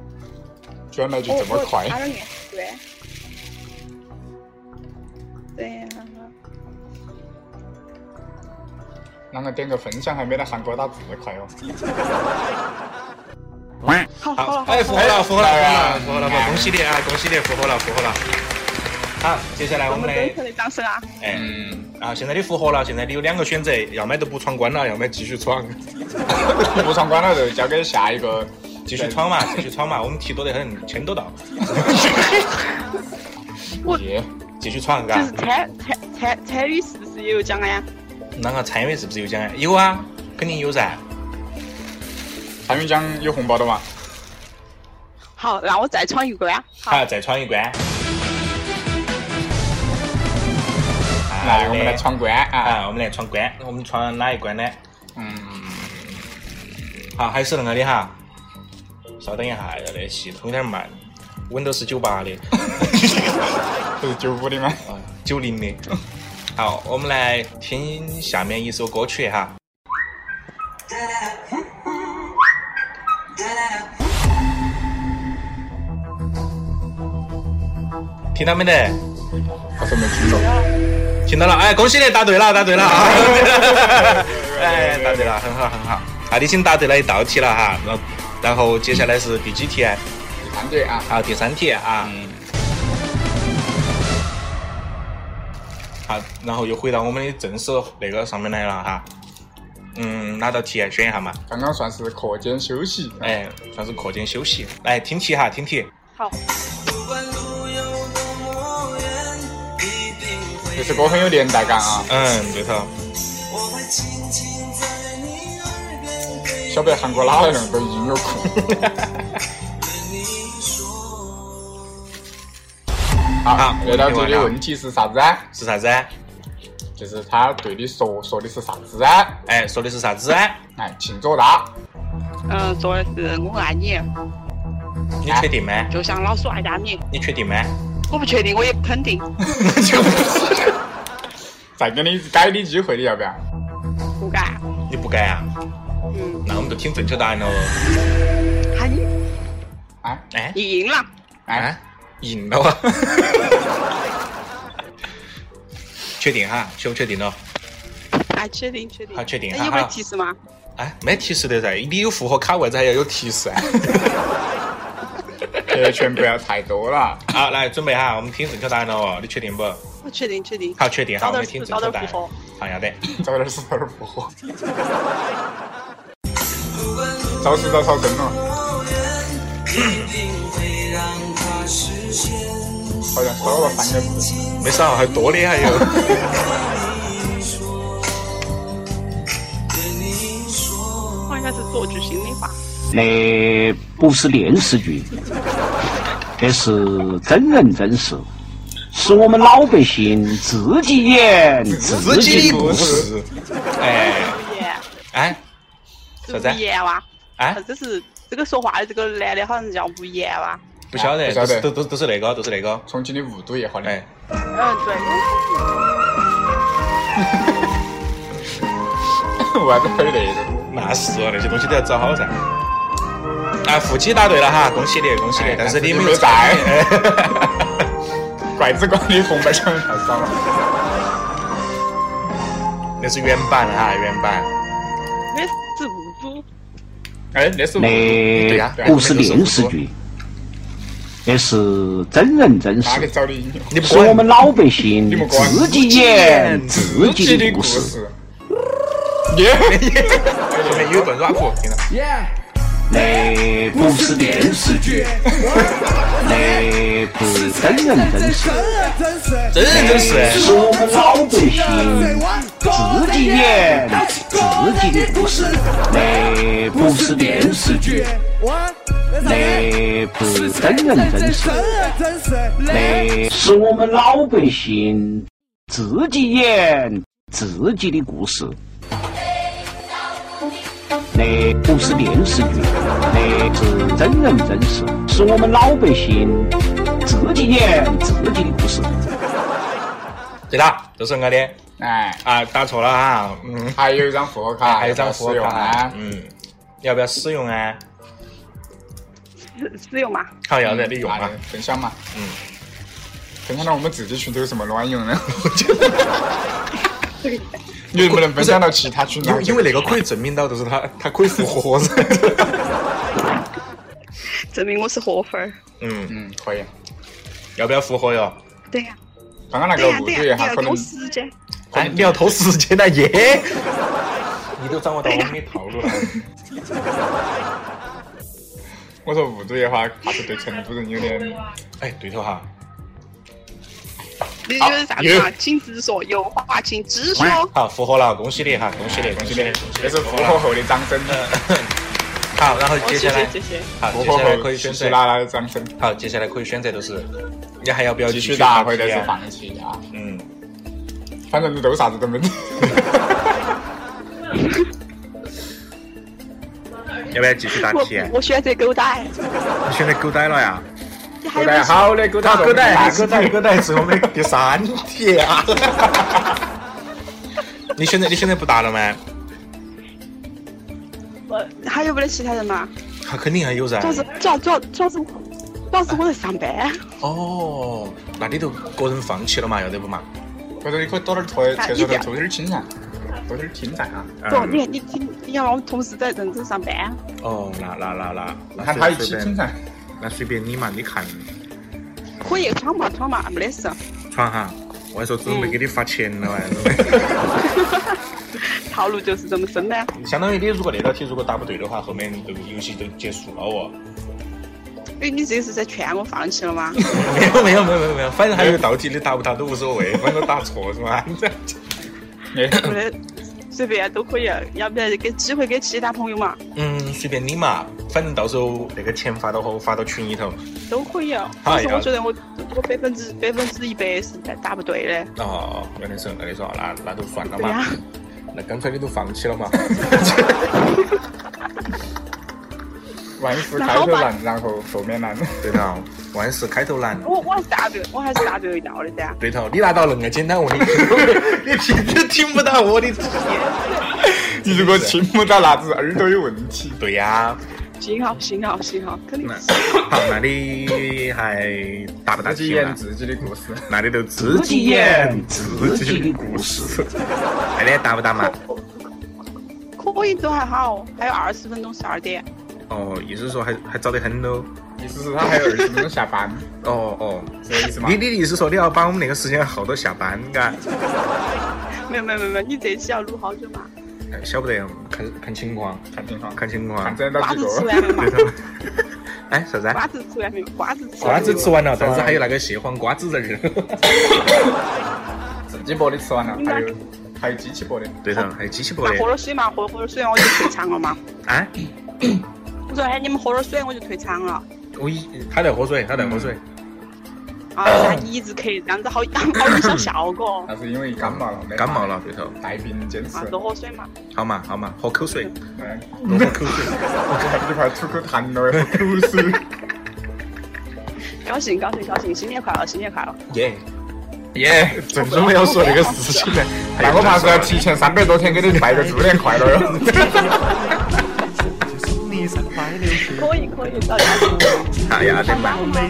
[SPEAKER 3] 居然来句
[SPEAKER 6] 我
[SPEAKER 3] 这么
[SPEAKER 6] 哦我
[SPEAKER 3] 快
[SPEAKER 6] 答，了眼对。等一下哈，
[SPEAKER 3] 啷个点个分享还没得韩国打字快哦？
[SPEAKER 6] 好好
[SPEAKER 1] 好
[SPEAKER 6] 了，，好啊
[SPEAKER 1] 哎，
[SPEAKER 6] 了
[SPEAKER 1] 复活了，复活了，
[SPEAKER 3] 哎
[SPEAKER 1] 复活了，复活了，
[SPEAKER 3] 哎
[SPEAKER 1] 恭喜你啊，恭喜你，复活了，复活了。好，接下来我
[SPEAKER 6] 我
[SPEAKER 1] 们
[SPEAKER 6] 们
[SPEAKER 1] 来，
[SPEAKER 6] 真诚的掌声啊！
[SPEAKER 1] 哎，
[SPEAKER 3] 嗯，
[SPEAKER 1] 啊，现在你复活了，现在你有两个选择，要么就不闯关了，要么继续闯，
[SPEAKER 3] 不闯关了就交给下一个，
[SPEAKER 1] 继续闯嘛，继续闯嘛，我们题多得很，钱多到，
[SPEAKER 6] 我
[SPEAKER 3] 耶。
[SPEAKER 1] 继续闯，嘎啊
[SPEAKER 6] 就，是参参参参与是不是也有奖的呀？
[SPEAKER 1] 啷个参与是不是有奖啊？有啊，肯定有噻。
[SPEAKER 3] 参与奖有红包的嘛？
[SPEAKER 6] 好，那我再闯一关。
[SPEAKER 1] 好，再闯一关。
[SPEAKER 3] 来，我们来闯关啊！
[SPEAKER 1] 啊，我们来闯关，我们闯哪一关呢？
[SPEAKER 3] 嗯，
[SPEAKER 1] 好，还是那个的哈。稍等一下，要得，系统有点慢。Windows 九八的，
[SPEAKER 3] 这是九五的吗？
[SPEAKER 1] 啊，九零的。好，我们来听下面一首歌曲哈。听到没得？
[SPEAKER 3] 好像没听懂。
[SPEAKER 1] 听到了，哎，恭喜你答对了，答对了啊！哎，答对了，很好，很好。啊，你已经答对了一道题了哈，然后然后接下来是第几题？
[SPEAKER 3] 看姐啊，
[SPEAKER 1] 好，第三题啊。好，然后又回到我们的正式那个上面来了哈。嗯，哪道题选一下嘛？
[SPEAKER 3] 刚刚算是课间休息。
[SPEAKER 1] 哎，算是课间休息。来听题哈，听题。
[SPEAKER 6] 好，
[SPEAKER 7] 不管路有多远，一定会
[SPEAKER 3] 这首歌很有年代感啊！
[SPEAKER 1] 嗯，对头。
[SPEAKER 7] 我会轻轻在你耳边对
[SPEAKER 3] 晓不得韩国哪来那么多音乐库？
[SPEAKER 7] 你说。
[SPEAKER 3] 好，
[SPEAKER 1] 我
[SPEAKER 3] 来啊到
[SPEAKER 1] 听
[SPEAKER 3] 这
[SPEAKER 1] 完
[SPEAKER 3] 里
[SPEAKER 1] 了
[SPEAKER 3] 问题是啥子啊？
[SPEAKER 1] 是啥子啊？
[SPEAKER 3] 就是他对你说说的是啥子啊？
[SPEAKER 1] 哎，说的是啥子啊？
[SPEAKER 3] 哎，请作答。
[SPEAKER 6] 嗯，说的是我爱你，
[SPEAKER 1] 你确定吗？
[SPEAKER 6] 就像老鼠爱大米。
[SPEAKER 1] 你确定吗？
[SPEAKER 6] 我不确定，我也不肯定，
[SPEAKER 3] 再给你一次改的机会，你要不要？
[SPEAKER 6] 不敢。
[SPEAKER 1] 你不改啊？
[SPEAKER 6] 嗯，
[SPEAKER 1] 那我们就听正确答案喽。
[SPEAKER 6] 好，你
[SPEAKER 3] 哎
[SPEAKER 1] 哎
[SPEAKER 6] 你赢了。
[SPEAKER 3] 哎，，
[SPEAKER 1] 赢了啊！ [LAUGHS] 确定哈？确不确定哦了？
[SPEAKER 6] 哎，确定确定。
[SPEAKER 1] 好确定
[SPEAKER 6] 那有没有提示吗？
[SPEAKER 1] 哎，没提示的噻，你有复活卡，为啥还要有提示 [LAUGHS] 啊？
[SPEAKER 3] 铁拳不要太多了。
[SPEAKER 1] 好，来准备哈，我们听正确答案了哦，你确定不？
[SPEAKER 6] 我确定确定。
[SPEAKER 1] 好，确定哈，
[SPEAKER 6] 早
[SPEAKER 1] 我
[SPEAKER 6] 点
[SPEAKER 1] 们
[SPEAKER 6] 复
[SPEAKER 1] 听正
[SPEAKER 6] 早
[SPEAKER 1] 确
[SPEAKER 6] 点
[SPEAKER 1] 答案
[SPEAKER 6] 复活。。
[SPEAKER 1] 好要得，
[SPEAKER 3] 找点石头儿不火，找石头烧身了，好像少了三个字。
[SPEAKER 1] 没少，还多的还有。
[SPEAKER 6] 我应该是做句心里话。
[SPEAKER 8] 那不是电视剧，这是真人真事，是我们老百姓自己演自
[SPEAKER 1] 自己
[SPEAKER 8] 己
[SPEAKER 1] 的
[SPEAKER 8] 故
[SPEAKER 1] 故
[SPEAKER 8] 事。
[SPEAKER 1] 事，哎
[SPEAKER 6] 无言，
[SPEAKER 1] 哎
[SPEAKER 6] 是
[SPEAKER 1] 啥子啊
[SPEAKER 6] 无言哇？
[SPEAKER 1] 哎
[SPEAKER 6] 啊，，这是这个说话的这个男的，好像叫无言哇？
[SPEAKER 1] 不晓得，
[SPEAKER 3] 不晓
[SPEAKER 1] 都
[SPEAKER 3] 得
[SPEAKER 1] 是都都都是那个，都是那个。
[SPEAKER 3] 重庆的雾都也好
[SPEAKER 1] 哎
[SPEAKER 3] 的，，
[SPEAKER 6] 嗯，对。
[SPEAKER 3] [LAUGHS] 我还在会那个。
[SPEAKER 1] 那是哦，那些东西都要找好噻。啊，腹肌答对了哈，恭喜你，恭喜你
[SPEAKER 3] 哎！
[SPEAKER 1] 但是你
[SPEAKER 3] 但是你
[SPEAKER 1] 没
[SPEAKER 3] 没
[SPEAKER 1] 有
[SPEAKER 3] 在 [LAUGHS]
[SPEAKER 1] 哎
[SPEAKER 3] 怪只怪你红包抢得太少了。
[SPEAKER 1] 那是原版哈，原版。
[SPEAKER 6] 那是无主，
[SPEAKER 3] 哎，那是雾都对呀，
[SPEAKER 8] 啊那不是电视剧，那是真人真
[SPEAKER 3] 哪里
[SPEAKER 8] 事，
[SPEAKER 3] 找的音乐？
[SPEAKER 1] 你不
[SPEAKER 8] 是我们老百姓
[SPEAKER 3] 你们管
[SPEAKER 8] 自己演自己
[SPEAKER 3] 的
[SPEAKER 8] 的
[SPEAKER 3] 故
[SPEAKER 8] 故事。
[SPEAKER 3] 事。耶！
[SPEAKER 1] 里面有一段 rap，听到？
[SPEAKER 8] 那不是电视剧，那不是真人真事，
[SPEAKER 1] 真人真事，
[SPEAKER 8] 是我们老百姓自己演自己的故事。那不是电视剧，那不是真人真事，那是我们老百姓自己演自己的故事。那不是电视剧，那是真人真事，是我们老百姓自己演自己的故事。
[SPEAKER 1] 对啦，就是我的
[SPEAKER 3] 哎，
[SPEAKER 1] 啊，答错了哈，嗯，
[SPEAKER 3] 还有一张复活卡，
[SPEAKER 1] 还有一张复活
[SPEAKER 3] 要不要使用
[SPEAKER 1] 卡
[SPEAKER 3] 啊，。
[SPEAKER 1] 嗯，要不要使用啊？
[SPEAKER 6] 是是有嘛？
[SPEAKER 1] 好，要得，你用
[SPEAKER 3] 啊
[SPEAKER 1] 吧。
[SPEAKER 3] 分享嘛。
[SPEAKER 1] 嗯，
[SPEAKER 3] 分享到我们自己群都有什么卵
[SPEAKER 1] [LAUGHS]
[SPEAKER 3] 用呢？你能不能分享到其他群呢
[SPEAKER 1] 因？为因为那个可以证明到，就是他他可以复活噻。
[SPEAKER 6] 证明我是活粉儿。
[SPEAKER 1] [LAUGHS] 嗯，
[SPEAKER 3] 嗯，可以。
[SPEAKER 1] 要不要复活哟？
[SPEAKER 6] 对呀，
[SPEAKER 3] 刚刚那
[SPEAKER 6] 对
[SPEAKER 3] 个
[SPEAKER 6] 呀，
[SPEAKER 3] 雾
[SPEAKER 6] 对
[SPEAKER 3] 队也
[SPEAKER 6] 呀，你
[SPEAKER 3] 哈，
[SPEAKER 6] 要
[SPEAKER 3] 可
[SPEAKER 6] 给
[SPEAKER 3] 能
[SPEAKER 6] 我时间。
[SPEAKER 1] 哎，你要偷时间了耶！你都掌握到我们的套路了。
[SPEAKER 3] 我说雾队的话，怕是对成都人有点
[SPEAKER 1] 哎，对头哈，
[SPEAKER 6] 你就是啥子嘛？尽之所有，化尽之所。
[SPEAKER 1] 好，复活了，恭喜你哈，恭喜你，恭喜你，恭喜
[SPEAKER 3] 这
[SPEAKER 1] 你
[SPEAKER 3] 是
[SPEAKER 1] 复
[SPEAKER 3] 复
[SPEAKER 1] 活
[SPEAKER 3] 活
[SPEAKER 1] 了。
[SPEAKER 3] 后的掌声，
[SPEAKER 1] [LAUGHS] 好，然后
[SPEAKER 6] 哦，
[SPEAKER 1] 接
[SPEAKER 6] 谢
[SPEAKER 1] 下来
[SPEAKER 6] 谢，谢谢。
[SPEAKER 1] 好，
[SPEAKER 3] 复
[SPEAKER 1] 嗯接
[SPEAKER 3] 活
[SPEAKER 1] 下来
[SPEAKER 3] 后
[SPEAKER 1] 可以选
[SPEAKER 3] 稀
[SPEAKER 1] 择
[SPEAKER 3] 稀。拉拉的掌声，
[SPEAKER 1] 好，接下来可以选择就是，你还要不要
[SPEAKER 3] 继
[SPEAKER 1] 继
[SPEAKER 3] 续
[SPEAKER 1] 续
[SPEAKER 3] 打
[SPEAKER 1] 打
[SPEAKER 3] 或者
[SPEAKER 1] 题
[SPEAKER 3] 是
[SPEAKER 1] 啊？
[SPEAKER 3] 放弃啊，
[SPEAKER 1] 嗯，
[SPEAKER 3] 反正都啥子都没得。
[SPEAKER 9] 要不要继续答
[SPEAKER 6] 我
[SPEAKER 9] 题？
[SPEAKER 6] 我啊选择狗带，
[SPEAKER 9] 你选择狗呆了呀？
[SPEAKER 6] 你还
[SPEAKER 3] 狗
[SPEAKER 6] 有
[SPEAKER 3] 蛋，
[SPEAKER 6] 没
[SPEAKER 3] 好的，狗蛋，
[SPEAKER 1] 狗蛋，
[SPEAKER 3] 狗
[SPEAKER 1] 狗 [LAUGHS]
[SPEAKER 3] 蛋
[SPEAKER 1] 蛋，，狗蛋是我们的第三题啊！你现在你现在不答了吗？
[SPEAKER 6] 有还有没得其他人嘛？
[SPEAKER 1] 他啊肯定还有噻
[SPEAKER 6] 主。要是主要主要主要是主要是我在上班，
[SPEAKER 1] 哦，那你就个人放弃了嘛，要得不嘛？
[SPEAKER 3] 或者你可以躲点儿厕
[SPEAKER 6] 啊
[SPEAKER 3] 厕所
[SPEAKER 6] 一
[SPEAKER 3] 头
[SPEAKER 6] 点
[SPEAKER 3] 偷点儿青噻，偷点儿青噻啊，
[SPEAKER 1] 嗯
[SPEAKER 6] 不，你看你听，你看我们同事在认真上班，
[SPEAKER 1] 哦，那那那那，那
[SPEAKER 3] 喊
[SPEAKER 1] 随
[SPEAKER 3] 他一起
[SPEAKER 1] 随
[SPEAKER 3] 青 [LAUGHS]
[SPEAKER 1] 便，
[SPEAKER 3] 噻。
[SPEAKER 1] 那随便你嘛，你看
[SPEAKER 6] 可以闯嘛闯嘛，没得事。
[SPEAKER 1] 闯哈。我还说准备给你发钱了哎，
[SPEAKER 6] 套路就是这么深的。
[SPEAKER 1] 相当于你如果那道题如果答不对的话，后面就游戏就结束了哦。
[SPEAKER 6] 哎，你这个是在劝我放弃
[SPEAKER 1] [LAUGHS]
[SPEAKER 6] 了吗？
[SPEAKER 1] 没有没有没有没有没有，反正还有道题你答不答都无所 [LAUGHS] 谓，反正答错是吧？
[SPEAKER 6] 我的随便都可以，要不然就给机会给其他朋友嘛，
[SPEAKER 1] 嗯，随便你嘛，反正到时候那个钱发到后发到群里头。
[SPEAKER 6] 都可以。但
[SPEAKER 1] 哎
[SPEAKER 6] 是
[SPEAKER 1] 呀
[SPEAKER 6] 我觉得我我百分之百分之一百是在答不对的。
[SPEAKER 1] 哦，原来是那你说那那就算了
[SPEAKER 6] 对呀
[SPEAKER 1] 嘛，、那刚才你都放弃了嘛？
[SPEAKER 3] 万事
[SPEAKER 6] 那
[SPEAKER 3] 开
[SPEAKER 6] 好
[SPEAKER 3] 头
[SPEAKER 6] 吧
[SPEAKER 3] 难，然后后面难。
[SPEAKER 1] 对头，万事开头难。
[SPEAKER 6] 我我还是答对，我还是答对一道的噻。
[SPEAKER 1] 对头，你拿到恁个简单问题，你听都听不到我的题。
[SPEAKER 3] 你如果听不到那只耳朵有问题，
[SPEAKER 1] 对呀、
[SPEAKER 6] 幸好幸好幸好，肯
[SPEAKER 1] [LAUGHS]
[SPEAKER 6] 定
[SPEAKER 1] 那好，那你还答不答啊
[SPEAKER 3] 自己
[SPEAKER 1] 题
[SPEAKER 3] 演
[SPEAKER 1] 嘛？
[SPEAKER 3] 自己的故事。
[SPEAKER 1] 那你就自己演自己的故事。那你还答不答嘛？
[SPEAKER 6] 可以都还好，还有二十分钟十二点。
[SPEAKER 1] 哦，意思是说还还早得很喽。
[SPEAKER 3] 意思是他还有二十分钟下班，
[SPEAKER 1] 哦哦，
[SPEAKER 3] 是这个意思吗
[SPEAKER 1] 你？你的意思说你要把我们那个时间耗到下班，嘎？
[SPEAKER 6] 没有没有没有没有，你这期要录好久嘛？
[SPEAKER 1] 哎晓不得，看看情况，
[SPEAKER 3] 看情况，
[SPEAKER 1] 看情
[SPEAKER 3] 看
[SPEAKER 1] 况。
[SPEAKER 3] 整到
[SPEAKER 6] 瓜
[SPEAKER 3] 几
[SPEAKER 6] 子吃
[SPEAKER 3] 个。
[SPEAKER 6] 完了
[SPEAKER 1] [LAUGHS]
[SPEAKER 6] 嘛
[SPEAKER 1] 对？头。哎，啥子啊？
[SPEAKER 6] 瓜子吃完没有？瓜子吃完
[SPEAKER 1] 瓜
[SPEAKER 6] 没有
[SPEAKER 1] 子吃完了，但是还有那个蟹黄瓜子仁 [LAUGHS] 儿。
[SPEAKER 3] 自己剥的吃完了，还有还有机器剥的。
[SPEAKER 1] 对头，还有鸡翅
[SPEAKER 6] 那
[SPEAKER 1] 膀
[SPEAKER 6] 喝
[SPEAKER 1] 的。
[SPEAKER 6] 点水嘛，喝喝点水，我就退场了 [LAUGHS] 嘛。
[SPEAKER 1] 啊？
[SPEAKER 6] 我说，哎，你们喝点水，我就退场了。
[SPEAKER 1] 我一他在喝水，他在喝水。
[SPEAKER 6] 啊，然后你一直咳，这样子好好影响效果。 [LAUGHS]
[SPEAKER 3] 那是因为感冒了，没
[SPEAKER 1] 感
[SPEAKER 3] 法
[SPEAKER 1] 冒了，对头。
[SPEAKER 3] 带病坚持
[SPEAKER 6] 啊，。多喝水嘛。
[SPEAKER 1] 好嘛，好嘛，喝口水，
[SPEAKER 3] 嗯，
[SPEAKER 1] 多喝
[SPEAKER 3] [LAUGHS]
[SPEAKER 1] 口水。
[SPEAKER 3] 我看你快吐口痰了，喝口水。
[SPEAKER 6] 高兴高兴高兴，新年快乐，新年快乐！
[SPEAKER 1] 耶！
[SPEAKER 3] 耶，
[SPEAKER 1] 正准备要说这个事情呢，
[SPEAKER 3] 那我怕是要提前三百多天给你拜个猪年快乐哟。
[SPEAKER 6] 可以可以，到家了。
[SPEAKER 1] 哎呀，得嘛，哎，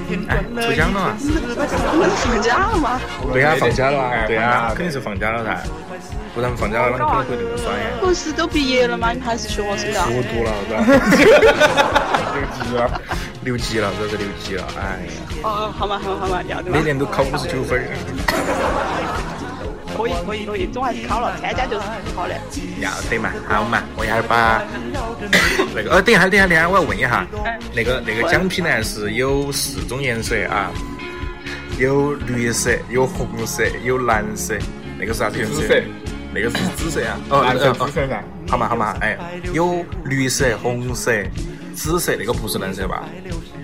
[SPEAKER 1] 出乡了啊？
[SPEAKER 6] 我 [LAUGHS] 们放假了吗？
[SPEAKER 1] 对呀，放假了啊
[SPEAKER 3] 哎
[SPEAKER 1] 对
[SPEAKER 3] 放假
[SPEAKER 1] 呀
[SPEAKER 3] 了，
[SPEAKER 1] 肯定是放假了噻，不然放假了，啷个可能会那么耍呀？
[SPEAKER 6] 不是都毕业了吗？你还是学生的？
[SPEAKER 1] 糊涂了，是吧？ [LAUGHS]
[SPEAKER 3] 牛
[SPEAKER 1] 留
[SPEAKER 3] 逼了！
[SPEAKER 1] 级啊了，这是留级了，哎呀，
[SPEAKER 6] 哦，好嘛好嘛好嘛，要得嘛
[SPEAKER 1] 每。年都考五十九分儿，
[SPEAKER 6] 可以可以可以，总还是考了，参加就是考的。
[SPEAKER 1] 要得嘛，好嘛，我一下儿把那个，呃，等一下，等一下，等一下，我要问一下，那个那个奖品呢是有四种颜色啊，有绿色，有红色，有蓝色，那个是啥子颜色
[SPEAKER 3] 紫色？
[SPEAKER 1] 那个是紫色啊，哦，
[SPEAKER 3] 蓝色、
[SPEAKER 1] 呃
[SPEAKER 3] 紫色噻，
[SPEAKER 1] 好嘛好嘛，哎，有绿色、红色、紫色，那个不是蓝色吧？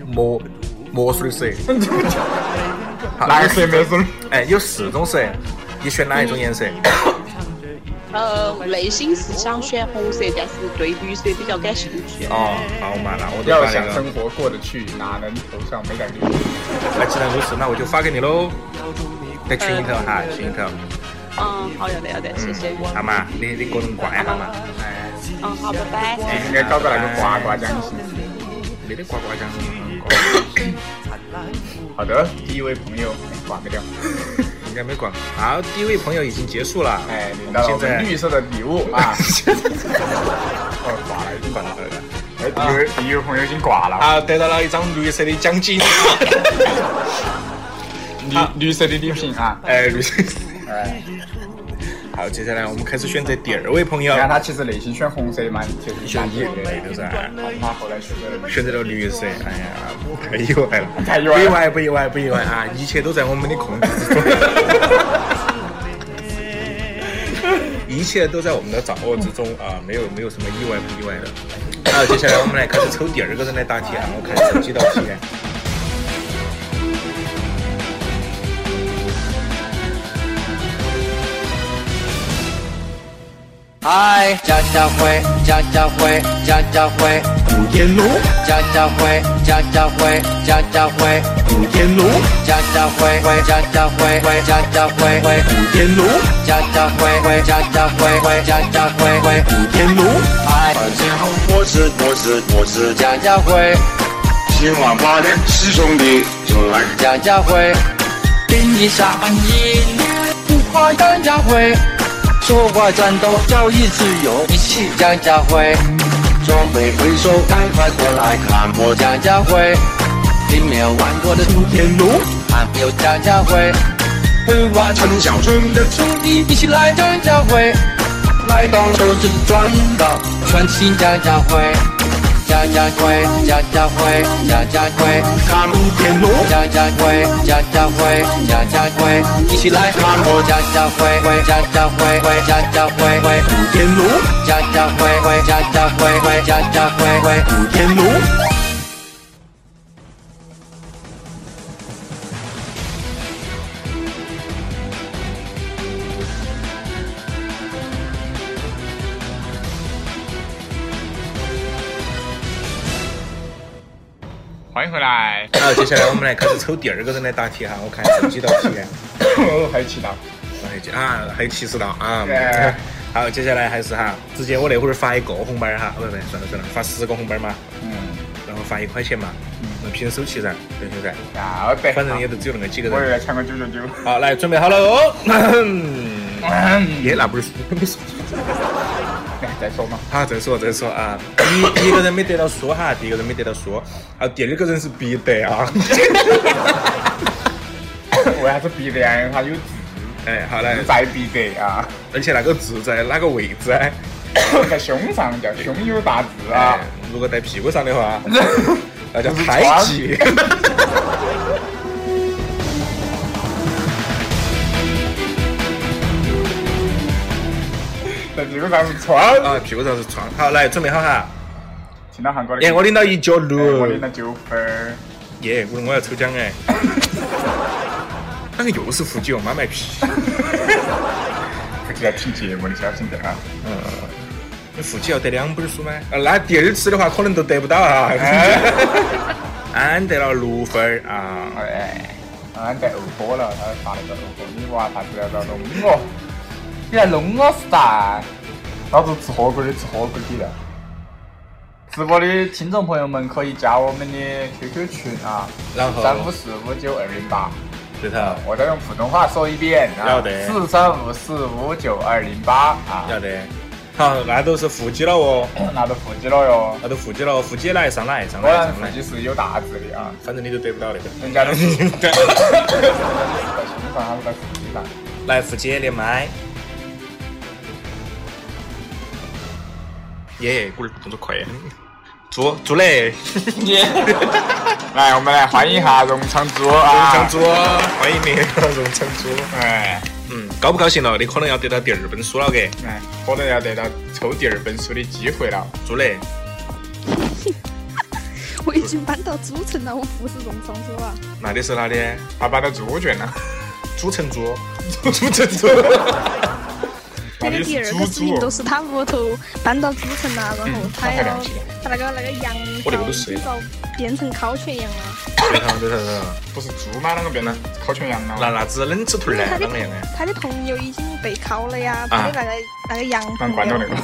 [SPEAKER 1] 墨墨水
[SPEAKER 3] [LAUGHS]
[SPEAKER 1] 色，好
[SPEAKER 3] 蓝色没事儿。
[SPEAKER 1] 哎，有四种色，你选哪一种颜色？
[SPEAKER 6] [LAUGHS] 呃，内心是想选红色，但是对绿色比较感兴趣。
[SPEAKER 1] 哦，好嘛，那我就
[SPEAKER 3] 要
[SPEAKER 1] 把那
[SPEAKER 3] 想
[SPEAKER 1] 个，
[SPEAKER 3] 生活过得去，哪能头上没点绿？
[SPEAKER 1] 那哎既然如此，那我就发给你喽，在群里头哈，群里头，嗯
[SPEAKER 6] 嗯，好，要得要呃得，谢谢。
[SPEAKER 1] 好嘛，你你个人乖好嘛，
[SPEAKER 6] 嗯，好，拜拜。
[SPEAKER 3] 应该搞个那个呱呱奖品。
[SPEAKER 1] 没得呱呱酱。
[SPEAKER 3] [LAUGHS] 好的，第一位朋友哎挂没掉。
[SPEAKER 1] 应该没管。好，第一位朋友已经结束了。
[SPEAKER 3] 哎，领
[SPEAKER 1] 我
[SPEAKER 3] 到
[SPEAKER 1] 们
[SPEAKER 3] 了我
[SPEAKER 1] 现
[SPEAKER 3] 们
[SPEAKER 1] 在
[SPEAKER 3] 绿色的礼物啊！
[SPEAKER 1] [LAUGHS]
[SPEAKER 3] 哦，挂了，已经挂了。哎，第一位第一位朋友已经挂了。
[SPEAKER 1] 啊，得到了一张绿色的奖
[SPEAKER 3] [LAUGHS]
[SPEAKER 1] 金。
[SPEAKER 3] 绿绿色的礼品啊！
[SPEAKER 1] 哎，绿色。
[SPEAKER 3] 哎，
[SPEAKER 1] 好，接下来我们开始选择第二位朋友
[SPEAKER 3] 你，看他其实内心选红色蛮，其实
[SPEAKER 1] 选
[SPEAKER 3] 蛮
[SPEAKER 1] 一类就是啊，
[SPEAKER 3] 他后来选择了
[SPEAKER 1] 选择了绿色，哎呀，太意外了，
[SPEAKER 3] 太意外了
[SPEAKER 1] 不意外，不意外，不意外啊！一切都在我们的控制之中， [LAUGHS] 一切都在我们的掌握之中啊，没有没有什么意外不意外的。好，接下来我们来开始抽第二个人来答题啊，我看抽几道题。
[SPEAKER 10] 嗨，哎家家辉，家家辉，家家辉，
[SPEAKER 8] 古天龙，
[SPEAKER 10] 家家辉，家家辉，家家辉，
[SPEAKER 8] 古天龙，
[SPEAKER 10] 家家辉辉，家家辉辉，家家辉辉，
[SPEAKER 8] 古天龙，
[SPEAKER 10] 家家辉辉，家家辉辉，家家辉辉，
[SPEAKER 8] 古天龙，
[SPEAKER 10] 嗨，
[SPEAKER 11] 我是我是我是
[SPEAKER 10] 家家辉，
[SPEAKER 11] 新网吧的师兄弟，兄来
[SPEAKER 10] 家家辉，给你上瘾，不怕家家辉，说话战斗交易自由，一起家家辉，
[SPEAKER 11] 装备回收，赶快过来看我家
[SPEAKER 10] 家家辉，你没有玩过的
[SPEAKER 8] 古天龙，
[SPEAKER 10] 还没有家家辉。
[SPEAKER 11] 会挖陈小春的
[SPEAKER 10] 兄弟一起来张家辉，来到就是赚到，全新张家辉，张家辉，张家辉，张家辉，
[SPEAKER 11] 看
[SPEAKER 8] 古天龙，
[SPEAKER 10] 张家辉，张家辉，张家辉，一起来看我张家辉，辉，张家辉，辉，张家辉，辉，
[SPEAKER 8] 古天龙，
[SPEAKER 10] 张家辉，辉，张家辉，辉，张家辉，辉。
[SPEAKER 8] 古天龙，
[SPEAKER 3] 欢迎回来。
[SPEAKER 1] 好，接下来我们来开始抽第二个人来答题啊哈，我看抽几道题。
[SPEAKER 3] 哦， [COUGHS] 还有其他，
[SPEAKER 1] 啊，还有七十道啊
[SPEAKER 3] 对。
[SPEAKER 1] 好，接下来还是哈，直接我那会儿发一个红包儿哈，不不，算了算了，发十个红包儿嘛，
[SPEAKER 3] 嗯，
[SPEAKER 1] 然后发一块钱嘛，那平手气噻，平手噻，
[SPEAKER 3] 要得，
[SPEAKER 1] 反正也就只有那么几个
[SPEAKER 3] 啊我又
[SPEAKER 1] 人。
[SPEAKER 3] 要抢个九九九。
[SPEAKER 1] 好，来准备好了 [LAUGHS] 哦。
[SPEAKER 3] 嗯，
[SPEAKER 1] 耶，那不是没说
[SPEAKER 3] [LAUGHS] 哎再 [LAUGHS] 说嘛，
[SPEAKER 1] 好，再说再说啊，第第一个人没得到书哈，第一个人没得到书，啊，第二个人是必得啊。 [LAUGHS]
[SPEAKER 3] 为啥子必得啊？因为他有
[SPEAKER 1] 哎，好来
[SPEAKER 3] 自，在必得啊， [LAUGHS]
[SPEAKER 1] 而且那个字在哪个位置啊？
[SPEAKER 3] 在胸上叫胸有大志
[SPEAKER 1] 哎。
[SPEAKER 3] 啊
[SPEAKER 1] 如果在屁股上的
[SPEAKER 3] [LAUGHS]
[SPEAKER 1] 话，那叫胎记。
[SPEAKER 3] 在屁股上是穿，
[SPEAKER 1] 啊，屁股上是疮。好，来准备好哈。
[SPEAKER 3] 听到韩国的歌。
[SPEAKER 1] 哎耶，我领到一角
[SPEAKER 3] 哎我
[SPEAKER 1] 六
[SPEAKER 3] 领。了九分儿。
[SPEAKER 1] 耶，我我要抽奖哎。 [LAUGHS] 那个又是负九，妈卖批！
[SPEAKER 3] 不记得听节目的小心点啊！
[SPEAKER 1] 你负九要得两本书吗？啊，那第二次的话可能都得不到 [LAUGHS] 啊。俺得了六分儿啊！
[SPEAKER 3] 哎，俺在欧波了，他发了个欧波，你娃啥子要不要弄我？你来弄我是啥？老子吃火锅的吃火锅底料。直播的听众朋友们可以加我们的 QQ 群啊，
[SPEAKER 1] 然后
[SPEAKER 3] 三五四五九二零八，
[SPEAKER 1] 对头，
[SPEAKER 3] 我再用普通话说一遍啊
[SPEAKER 1] 要，得
[SPEAKER 3] 四三五四五九二零八啊，
[SPEAKER 1] 要得。好，那都是负几了哦，
[SPEAKER 3] 拿到腹肌了哟，
[SPEAKER 1] 那都负几了，哦负几来上来上
[SPEAKER 3] 果
[SPEAKER 1] 来
[SPEAKER 3] 然
[SPEAKER 1] 上
[SPEAKER 3] 腹
[SPEAKER 1] 来
[SPEAKER 3] 肌，是有大志的啊，
[SPEAKER 1] 反正你都得不到那 [LAUGHS] 个。
[SPEAKER 3] 人家都是在胸上，还是在腹肌上。
[SPEAKER 1] 来，付姐连麦。耶，龟儿动作快呀！猪猪嗯嘞，
[SPEAKER 3] 来，我们来欢迎一下荣昌猪啊！
[SPEAKER 1] 荣昌猪，欢迎你，荣昌猪。
[SPEAKER 3] 哎，
[SPEAKER 1] 嗯，高不高兴了？你可能要得到第二本书了，给
[SPEAKER 3] 哎，可能要得到抽第二本书的机会了。
[SPEAKER 1] 猪嘞。
[SPEAKER 12] 我已经搬到主城了，我不是荣昌猪啊。
[SPEAKER 1] 那你是哪里？
[SPEAKER 3] 他把他猪圈了，
[SPEAKER 1] 猪成猪，猪成猪。
[SPEAKER 12] 那个第二个事情都是他屋头搬到主城了，然后
[SPEAKER 1] 嗯
[SPEAKER 12] 他
[SPEAKER 3] 太
[SPEAKER 12] 要
[SPEAKER 3] 良心了
[SPEAKER 12] 他那个那个羊
[SPEAKER 1] 我那个
[SPEAKER 12] 到
[SPEAKER 1] 都碎了
[SPEAKER 12] 到变成烤全羊啊了。
[SPEAKER 1] 对头，对头，对头。
[SPEAKER 3] 不是猪吗？啷个变成烤全羊
[SPEAKER 1] 那
[SPEAKER 3] 了？
[SPEAKER 1] 那只冷吃兔儿
[SPEAKER 12] 因为
[SPEAKER 1] 呢？
[SPEAKER 12] [LAUGHS] 他
[SPEAKER 1] 啷个样啊？
[SPEAKER 12] 的他的朋友已经被烤了呀，他的那个那个羊
[SPEAKER 3] 让
[SPEAKER 12] 朋
[SPEAKER 3] 关注那
[SPEAKER 12] 友
[SPEAKER 3] 个，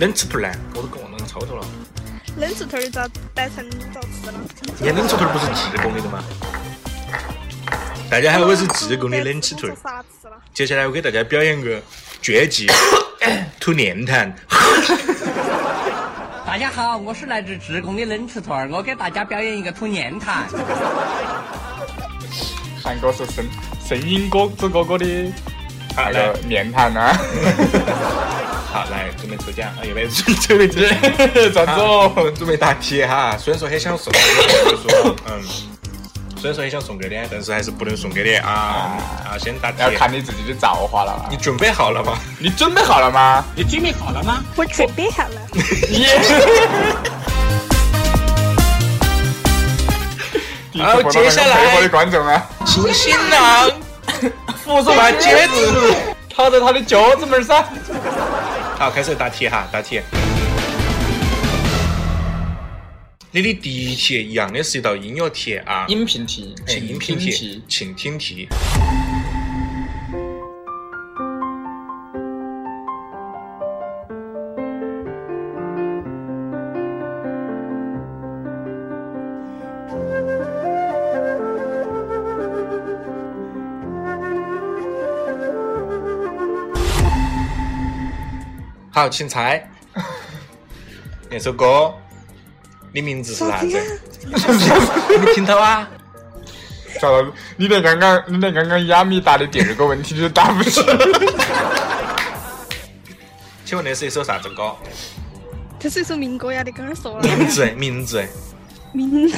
[SPEAKER 1] 冷吃兔儿呢？我都跟我那个操作了。
[SPEAKER 12] 冷石头儿遭掰成遭吃了。
[SPEAKER 1] 你冷吃兔儿不是技工的的吗？大家好，我是技工的冷吃兔儿。
[SPEAKER 12] 啥吃了？
[SPEAKER 1] 接下来我给大家表演个绝技吐念痰。
[SPEAKER 10] 大家好，我是来自职工的冷吃兔儿，我给大家表演一个吐念痰。
[SPEAKER 3] 韩哥是声声音哥之哥哥的
[SPEAKER 13] 好
[SPEAKER 3] 那个面盘 [LAUGHS] 啊，
[SPEAKER 1] 好，来准备抽奖，啊，有没有？准备抽奖，
[SPEAKER 3] 站
[SPEAKER 1] 住，
[SPEAKER 3] 啊
[SPEAKER 1] 准备答题哈。虽然说很想送，就是说，嗯，虽然说很想送给你，但是还是不能送给你啊啊！先答题，
[SPEAKER 3] 要看你自己的造化了。啊
[SPEAKER 1] 你准备好了吗？
[SPEAKER 3] 你准备好了吗？
[SPEAKER 1] 你准备好了吗？
[SPEAKER 12] 我准备好了。
[SPEAKER 3] 啊
[SPEAKER 1] 好，接下来
[SPEAKER 3] 我的观众啊，
[SPEAKER 1] 请新郎扶住把戒指，
[SPEAKER 3] 套在他的脚趾门儿上。
[SPEAKER 1] 好，开始答题哈，答题。你的第一题一样的是一道音乐题啊，
[SPEAKER 3] 音频题，
[SPEAKER 1] 是音
[SPEAKER 10] 哎
[SPEAKER 1] 频
[SPEAKER 3] 音
[SPEAKER 1] 题，请听题。好，请猜那首歌，你名字是啥子？ [LAUGHS] 你听到啊？
[SPEAKER 3] 找到你连刚刚你连刚刚亚米答的第二个问题都答不出。
[SPEAKER 1] 请问那是一首啥子歌？
[SPEAKER 12] 这是一首民歌呀，你刚刚说了。
[SPEAKER 1] 名字，名字。
[SPEAKER 12] 民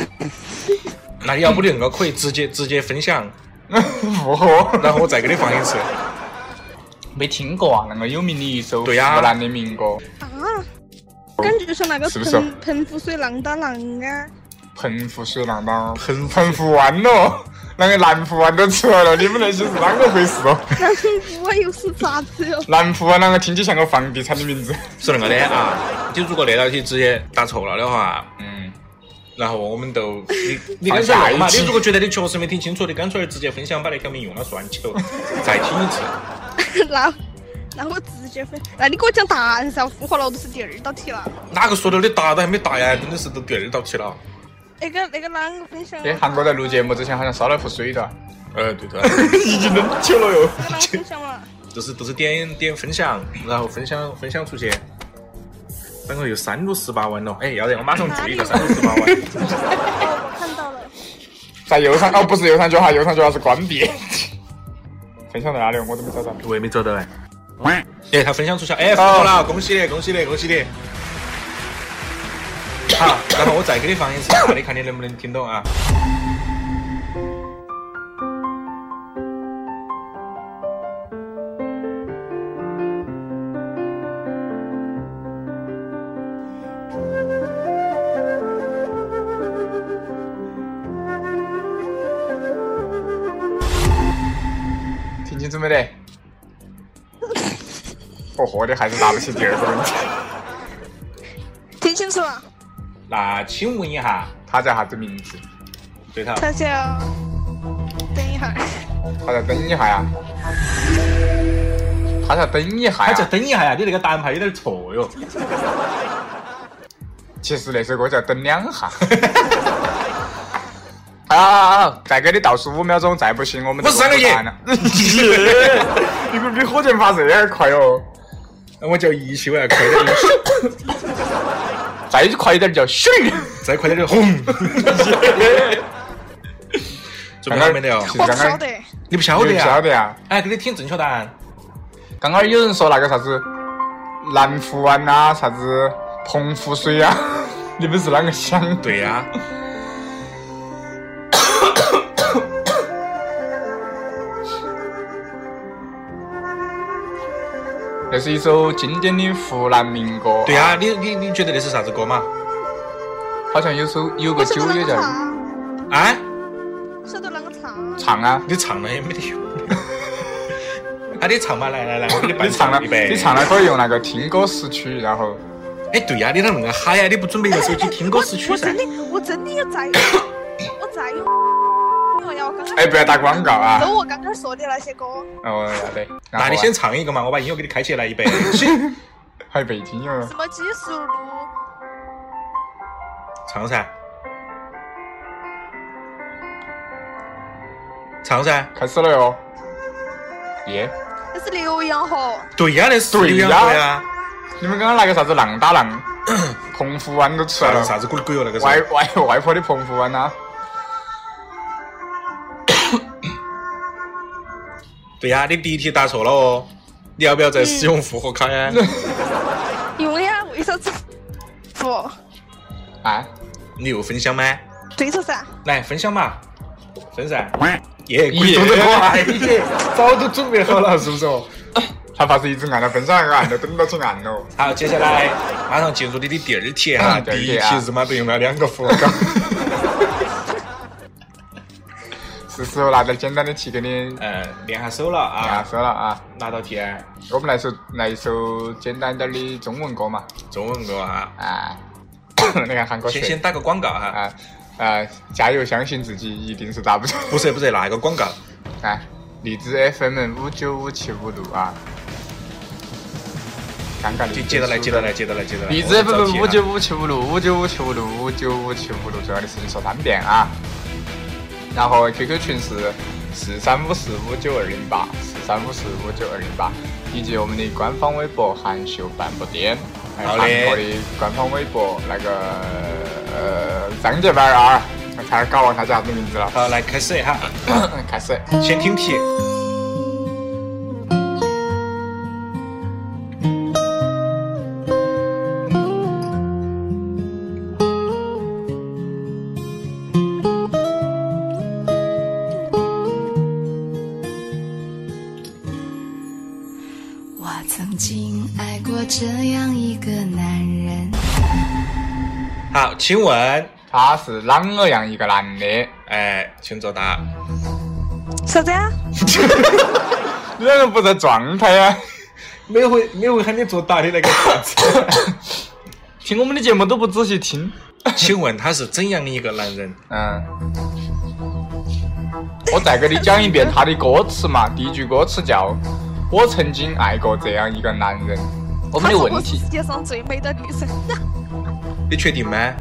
[SPEAKER 1] 那你要不你恁个可以直接直接分享，
[SPEAKER 3] 哦，
[SPEAKER 1] 然后我再给你放一次。
[SPEAKER 3] 没听过啊，那么有名的一首湖
[SPEAKER 1] 对呀
[SPEAKER 3] 南的民歌，
[SPEAKER 12] 啊，感觉像那个
[SPEAKER 3] 是不是
[SPEAKER 12] 彭彭福水浪打浪啊。 [LAUGHS]
[SPEAKER 3] 彭湖水浪荡，彭澎湖湾咯，那个南湖湾都出来了，你们那些是啷个回事哦？
[SPEAKER 12] 南湖又是啥子哟？
[SPEAKER 3] 南湖湾啷个听起像个房地产的名字？
[SPEAKER 1] 是那个的啊，你如果那道题直接答错了的话，
[SPEAKER 3] 嗯，
[SPEAKER 1] 然后我们都你你
[SPEAKER 3] 放
[SPEAKER 1] 干脆 [LAUGHS]
[SPEAKER 3] 下
[SPEAKER 1] 弄嘛，
[SPEAKER 3] 一集
[SPEAKER 1] 你如果觉得你确实没听清楚，你干脆直接分享把那条命用了算起头，再听一次。
[SPEAKER 12] [LAUGHS] 那那我直接分，那你给我讲答案噻，我复活了，我都是第二道题了。
[SPEAKER 1] 哪个说的你答都还没答呀？真的是都第二道题了。
[SPEAKER 12] 那个那个啷个分享？
[SPEAKER 3] 哎，
[SPEAKER 12] 啷
[SPEAKER 3] 韩哥在录节目之前好像烧了一壶水的，
[SPEAKER 1] 呃，对的，
[SPEAKER 3] 已经冷久了哟。
[SPEAKER 12] 个分享嘛？
[SPEAKER 1] 都是都是点点分享，然后分享分享出去，然后又三六十八万了。哎，要得，我马上做一个三六十八万。
[SPEAKER 12] 哦，我看到了，
[SPEAKER 3] 在右上哦，不是右上角哈，右上角是关闭。分享在哪里？我都没找到。
[SPEAKER 1] 我也没找到哎。哎，他分享出去了，哎，复活了，恭喜你，恭喜你，恭喜你！好，然后我再给你放一次，你看你能不能听懂啊？
[SPEAKER 3] 听清楚没得？哦豁，你还是答不起第二个问题。
[SPEAKER 12] 听清楚了，
[SPEAKER 1] 那请问一下，
[SPEAKER 3] 他叫啥子名字？
[SPEAKER 1] 对头，
[SPEAKER 12] 他叫……等一下，
[SPEAKER 3] 他在等一下呀。他在等一啊下
[SPEAKER 1] 他就
[SPEAKER 3] 呀。
[SPEAKER 1] 等一下哎呀，你那个答案牌有点错哟。
[SPEAKER 3] 其实那首歌叫等两下。好好好好，再给你倒数五秒钟，再不行我们就
[SPEAKER 1] 我是三六一
[SPEAKER 3] 公布答案了。你们比火箭发射还快哦！
[SPEAKER 1] 那我叫一起，我要啊快点，
[SPEAKER 3] 再快一点叫咻！
[SPEAKER 1] 再快点 [LAUGHS] 就轰！准备好没得哦？
[SPEAKER 3] 其实
[SPEAKER 12] 我不
[SPEAKER 3] 刚
[SPEAKER 12] 晓
[SPEAKER 3] 刚
[SPEAKER 12] 得，
[SPEAKER 1] 你不晓得
[SPEAKER 3] 你不晓
[SPEAKER 1] 呀？
[SPEAKER 3] 得呀？
[SPEAKER 1] 哎，给你听正确答案。
[SPEAKER 3] 刚刚有人说那个啥子南湖湾啊，啥子澎湖水啊，你们是啷个想的？
[SPEAKER 1] 对呀、
[SPEAKER 3] 那是一首经典的湖南民歌，
[SPEAKER 1] 对呀、你你你觉得那是啥子歌嘛？
[SPEAKER 3] 好像有首有
[SPEAKER 12] 我
[SPEAKER 3] 个
[SPEAKER 12] 晓
[SPEAKER 3] 酒
[SPEAKER 12] 得啷
[SPEAKER 3] 也
[SPEAKER 12] 个
[SPEAKER 3] 叫
[SPEAKER 12] 唱，
[SPEAKER 1] 啊？
[SPEAKER 12] 我晓得啷个唱。
[SPEAKER 3] 唱啊，
[SPEAKER 1] 你唱了也没得用。 [LAUGHS] 啊，你唱嘛，来来来，我给你伴
[SPEAKER 3] 你唱了，
[SPEAKER 1] 一杯。
[SPEAKER 3] 你唱了可以用那个听歌识曲，然后
[SPEAKER 1] 哎，对呀、你咋那么嗨呀？你不准备用手机听歌识曲
[SPEAKER 12] 我
[SPEAKER 1] 噻
[SPEAKER 12] 真？的，我真的有在，我在用。因为呀，我刚刚
[SPEAKER 3] 哎，不要打广告啊！
[SPEAKER 12] 搜我刚刚说的那些歌，
[SPEAKER 3] 哦，要得，然后
[SPEAKER 1] 那
[SPEAKER 3] 啊
[SPEAKER 1] 你先唱一个嘛，我把音乐给你开起来，来一杯。
[SPEAKER 3] 还有背景音乐
[SPEAKER 12] 什，么《几十路》，
[SPEAKER 1] 唱噻，唱噻。
[SPEAKER 3] 开始了哟，耶！
[SPEAKER 12] 那是浏阳河。
[SPEAKER 1] 对呀、那是
[SPEAKER 3] 对呀
[SPEAKER 1] 刘洋啊对呀、
[SPEAKER 3] 你们刚刚那个啥子浪
[SPEAKER 1] [COUGHS]
[SPEAKER 3] 打浪，澎湖湾都出来
[SPEAKER 1] 啥
[SPEAKER 3] 了，
[SPEAKER 1] 啥子鬼鬼哟？那个
[SPEAKER 3] 外
[SPEAKER 1] 是。
[SPEAKER 3] 外外婆的澎湖湾呐，
[SPEAKER 1] 对呀、你第一题答错了哦，你要不
[SPEAKER 12] 嗯
[SPEAKER 1] 要再使用复活卡呀？
[SPEAKER 12] 用呀，为啥子？不，
[SPEAKER 1] 啊，你有分享吗？
[SPEAKER 12] 对头噻。
[SPEAKER 1] 来分享嘛，分噻。耶，鬼
[SPEAKER 3] 耶
[SPEAKER 1] 懂 [LAUGHS] 得快，
[SPEAKER 3] 啊早都准备好了，是不是？哦？他怕是一直按到分上一个按钮，等到去按喽。
[SPEAKER 1] 好，接下来马上进入你的第二题哈，
[SPEAKER 3] 嗯第二
[SPEAKER 1] 第一
[SPEAKER 3] 题啊
[SPEAKER 1] 题日妈都用了两个符 [LAUGHS] 号。
[SPEAKER 3] 是时候拿点简单的题给你
[SPEAKER 1] 呃练下手了啊，
[SPEAKER 3] 练下手了啊。
[SPEAKER 1] 拿到题，
[SPEAKER 3] 我们来首来一首简单点的中文歌嘛。
[SPEAKER 1] 中文歌啊，
[SPEAKER 3] 啊， [COUGHS] 你看韩国
[SPEAKER 1] 先
[SPEAKER 3] 学
[SPEAKER 1] 先打个广告哈。
[SPEAKER 3] 啊啊！加油，相信自己，一定是打不中。
[SPEAKER 1] 不是不是，那个广告。
[SPEAKER 3] [LAUGHS] 啊，荔枝 FM 五九五七五六啊。尴尬的。
[SPEAKER 1] 接接着来，接着来，接着来，接着来。
[SPEAKER 3] 荔枝
[SPEAKER 1] 我们找题
[SPEAKER 3] FM
[SPEAKER 1] 啊
[SPEAKER 3] 五九五七五六五九五七五六五九五七五六，重要的事情说三遍啊。然后 QQ 群是四三五四五九二零八四三五四五九二零八，以及我们的官方微博“含秀半步癫”，还有
[SPEAKER 1] 好
[SPEAKER 3] 韩
[SPEAKER 1] 的
[SPEAKER 3] 国的官方微博那个呃张杰班儿啊，我差点搞忘他叫啥子名字 [COUGHS] 了。
[SPEAKER 1] 好，来开始哈，
[SPEAKER 3] 开始。
[SPEAKER 1] 先听题。
[SPEAKER 14] 我曾经爱过这样一个男人，
[SPEAKER 1] 好，请问
[SPEAKER 3] 他是啷个样一个男的？
[SPEAKER 1] 哎，请作答。
[SPEAKER 12] 啥子啊？
[SPEAKER 3] 你那个不在状态啊呀、
[SPEAKER 1] 每回每回喊你作答的那个
[SPEAKER 3] 听我们的节目都不仔细听。
[SPEAKER 1] [LAUGHS] 请问他是怎样的一个男人？
[SPEAKER 3] 嗯，我再给你讲一遍他的歌词嘛， [LAUGHS] 第一句歌词叫“我曾经爱过这样一个男人”。 [LAUGHS] 我们的问题，
[SPEAKER 12] 世界上最美的女 [LAUGHS] 人。
[SPEAKER 1] 你确定吗？
[SPEAKER 3] 哎，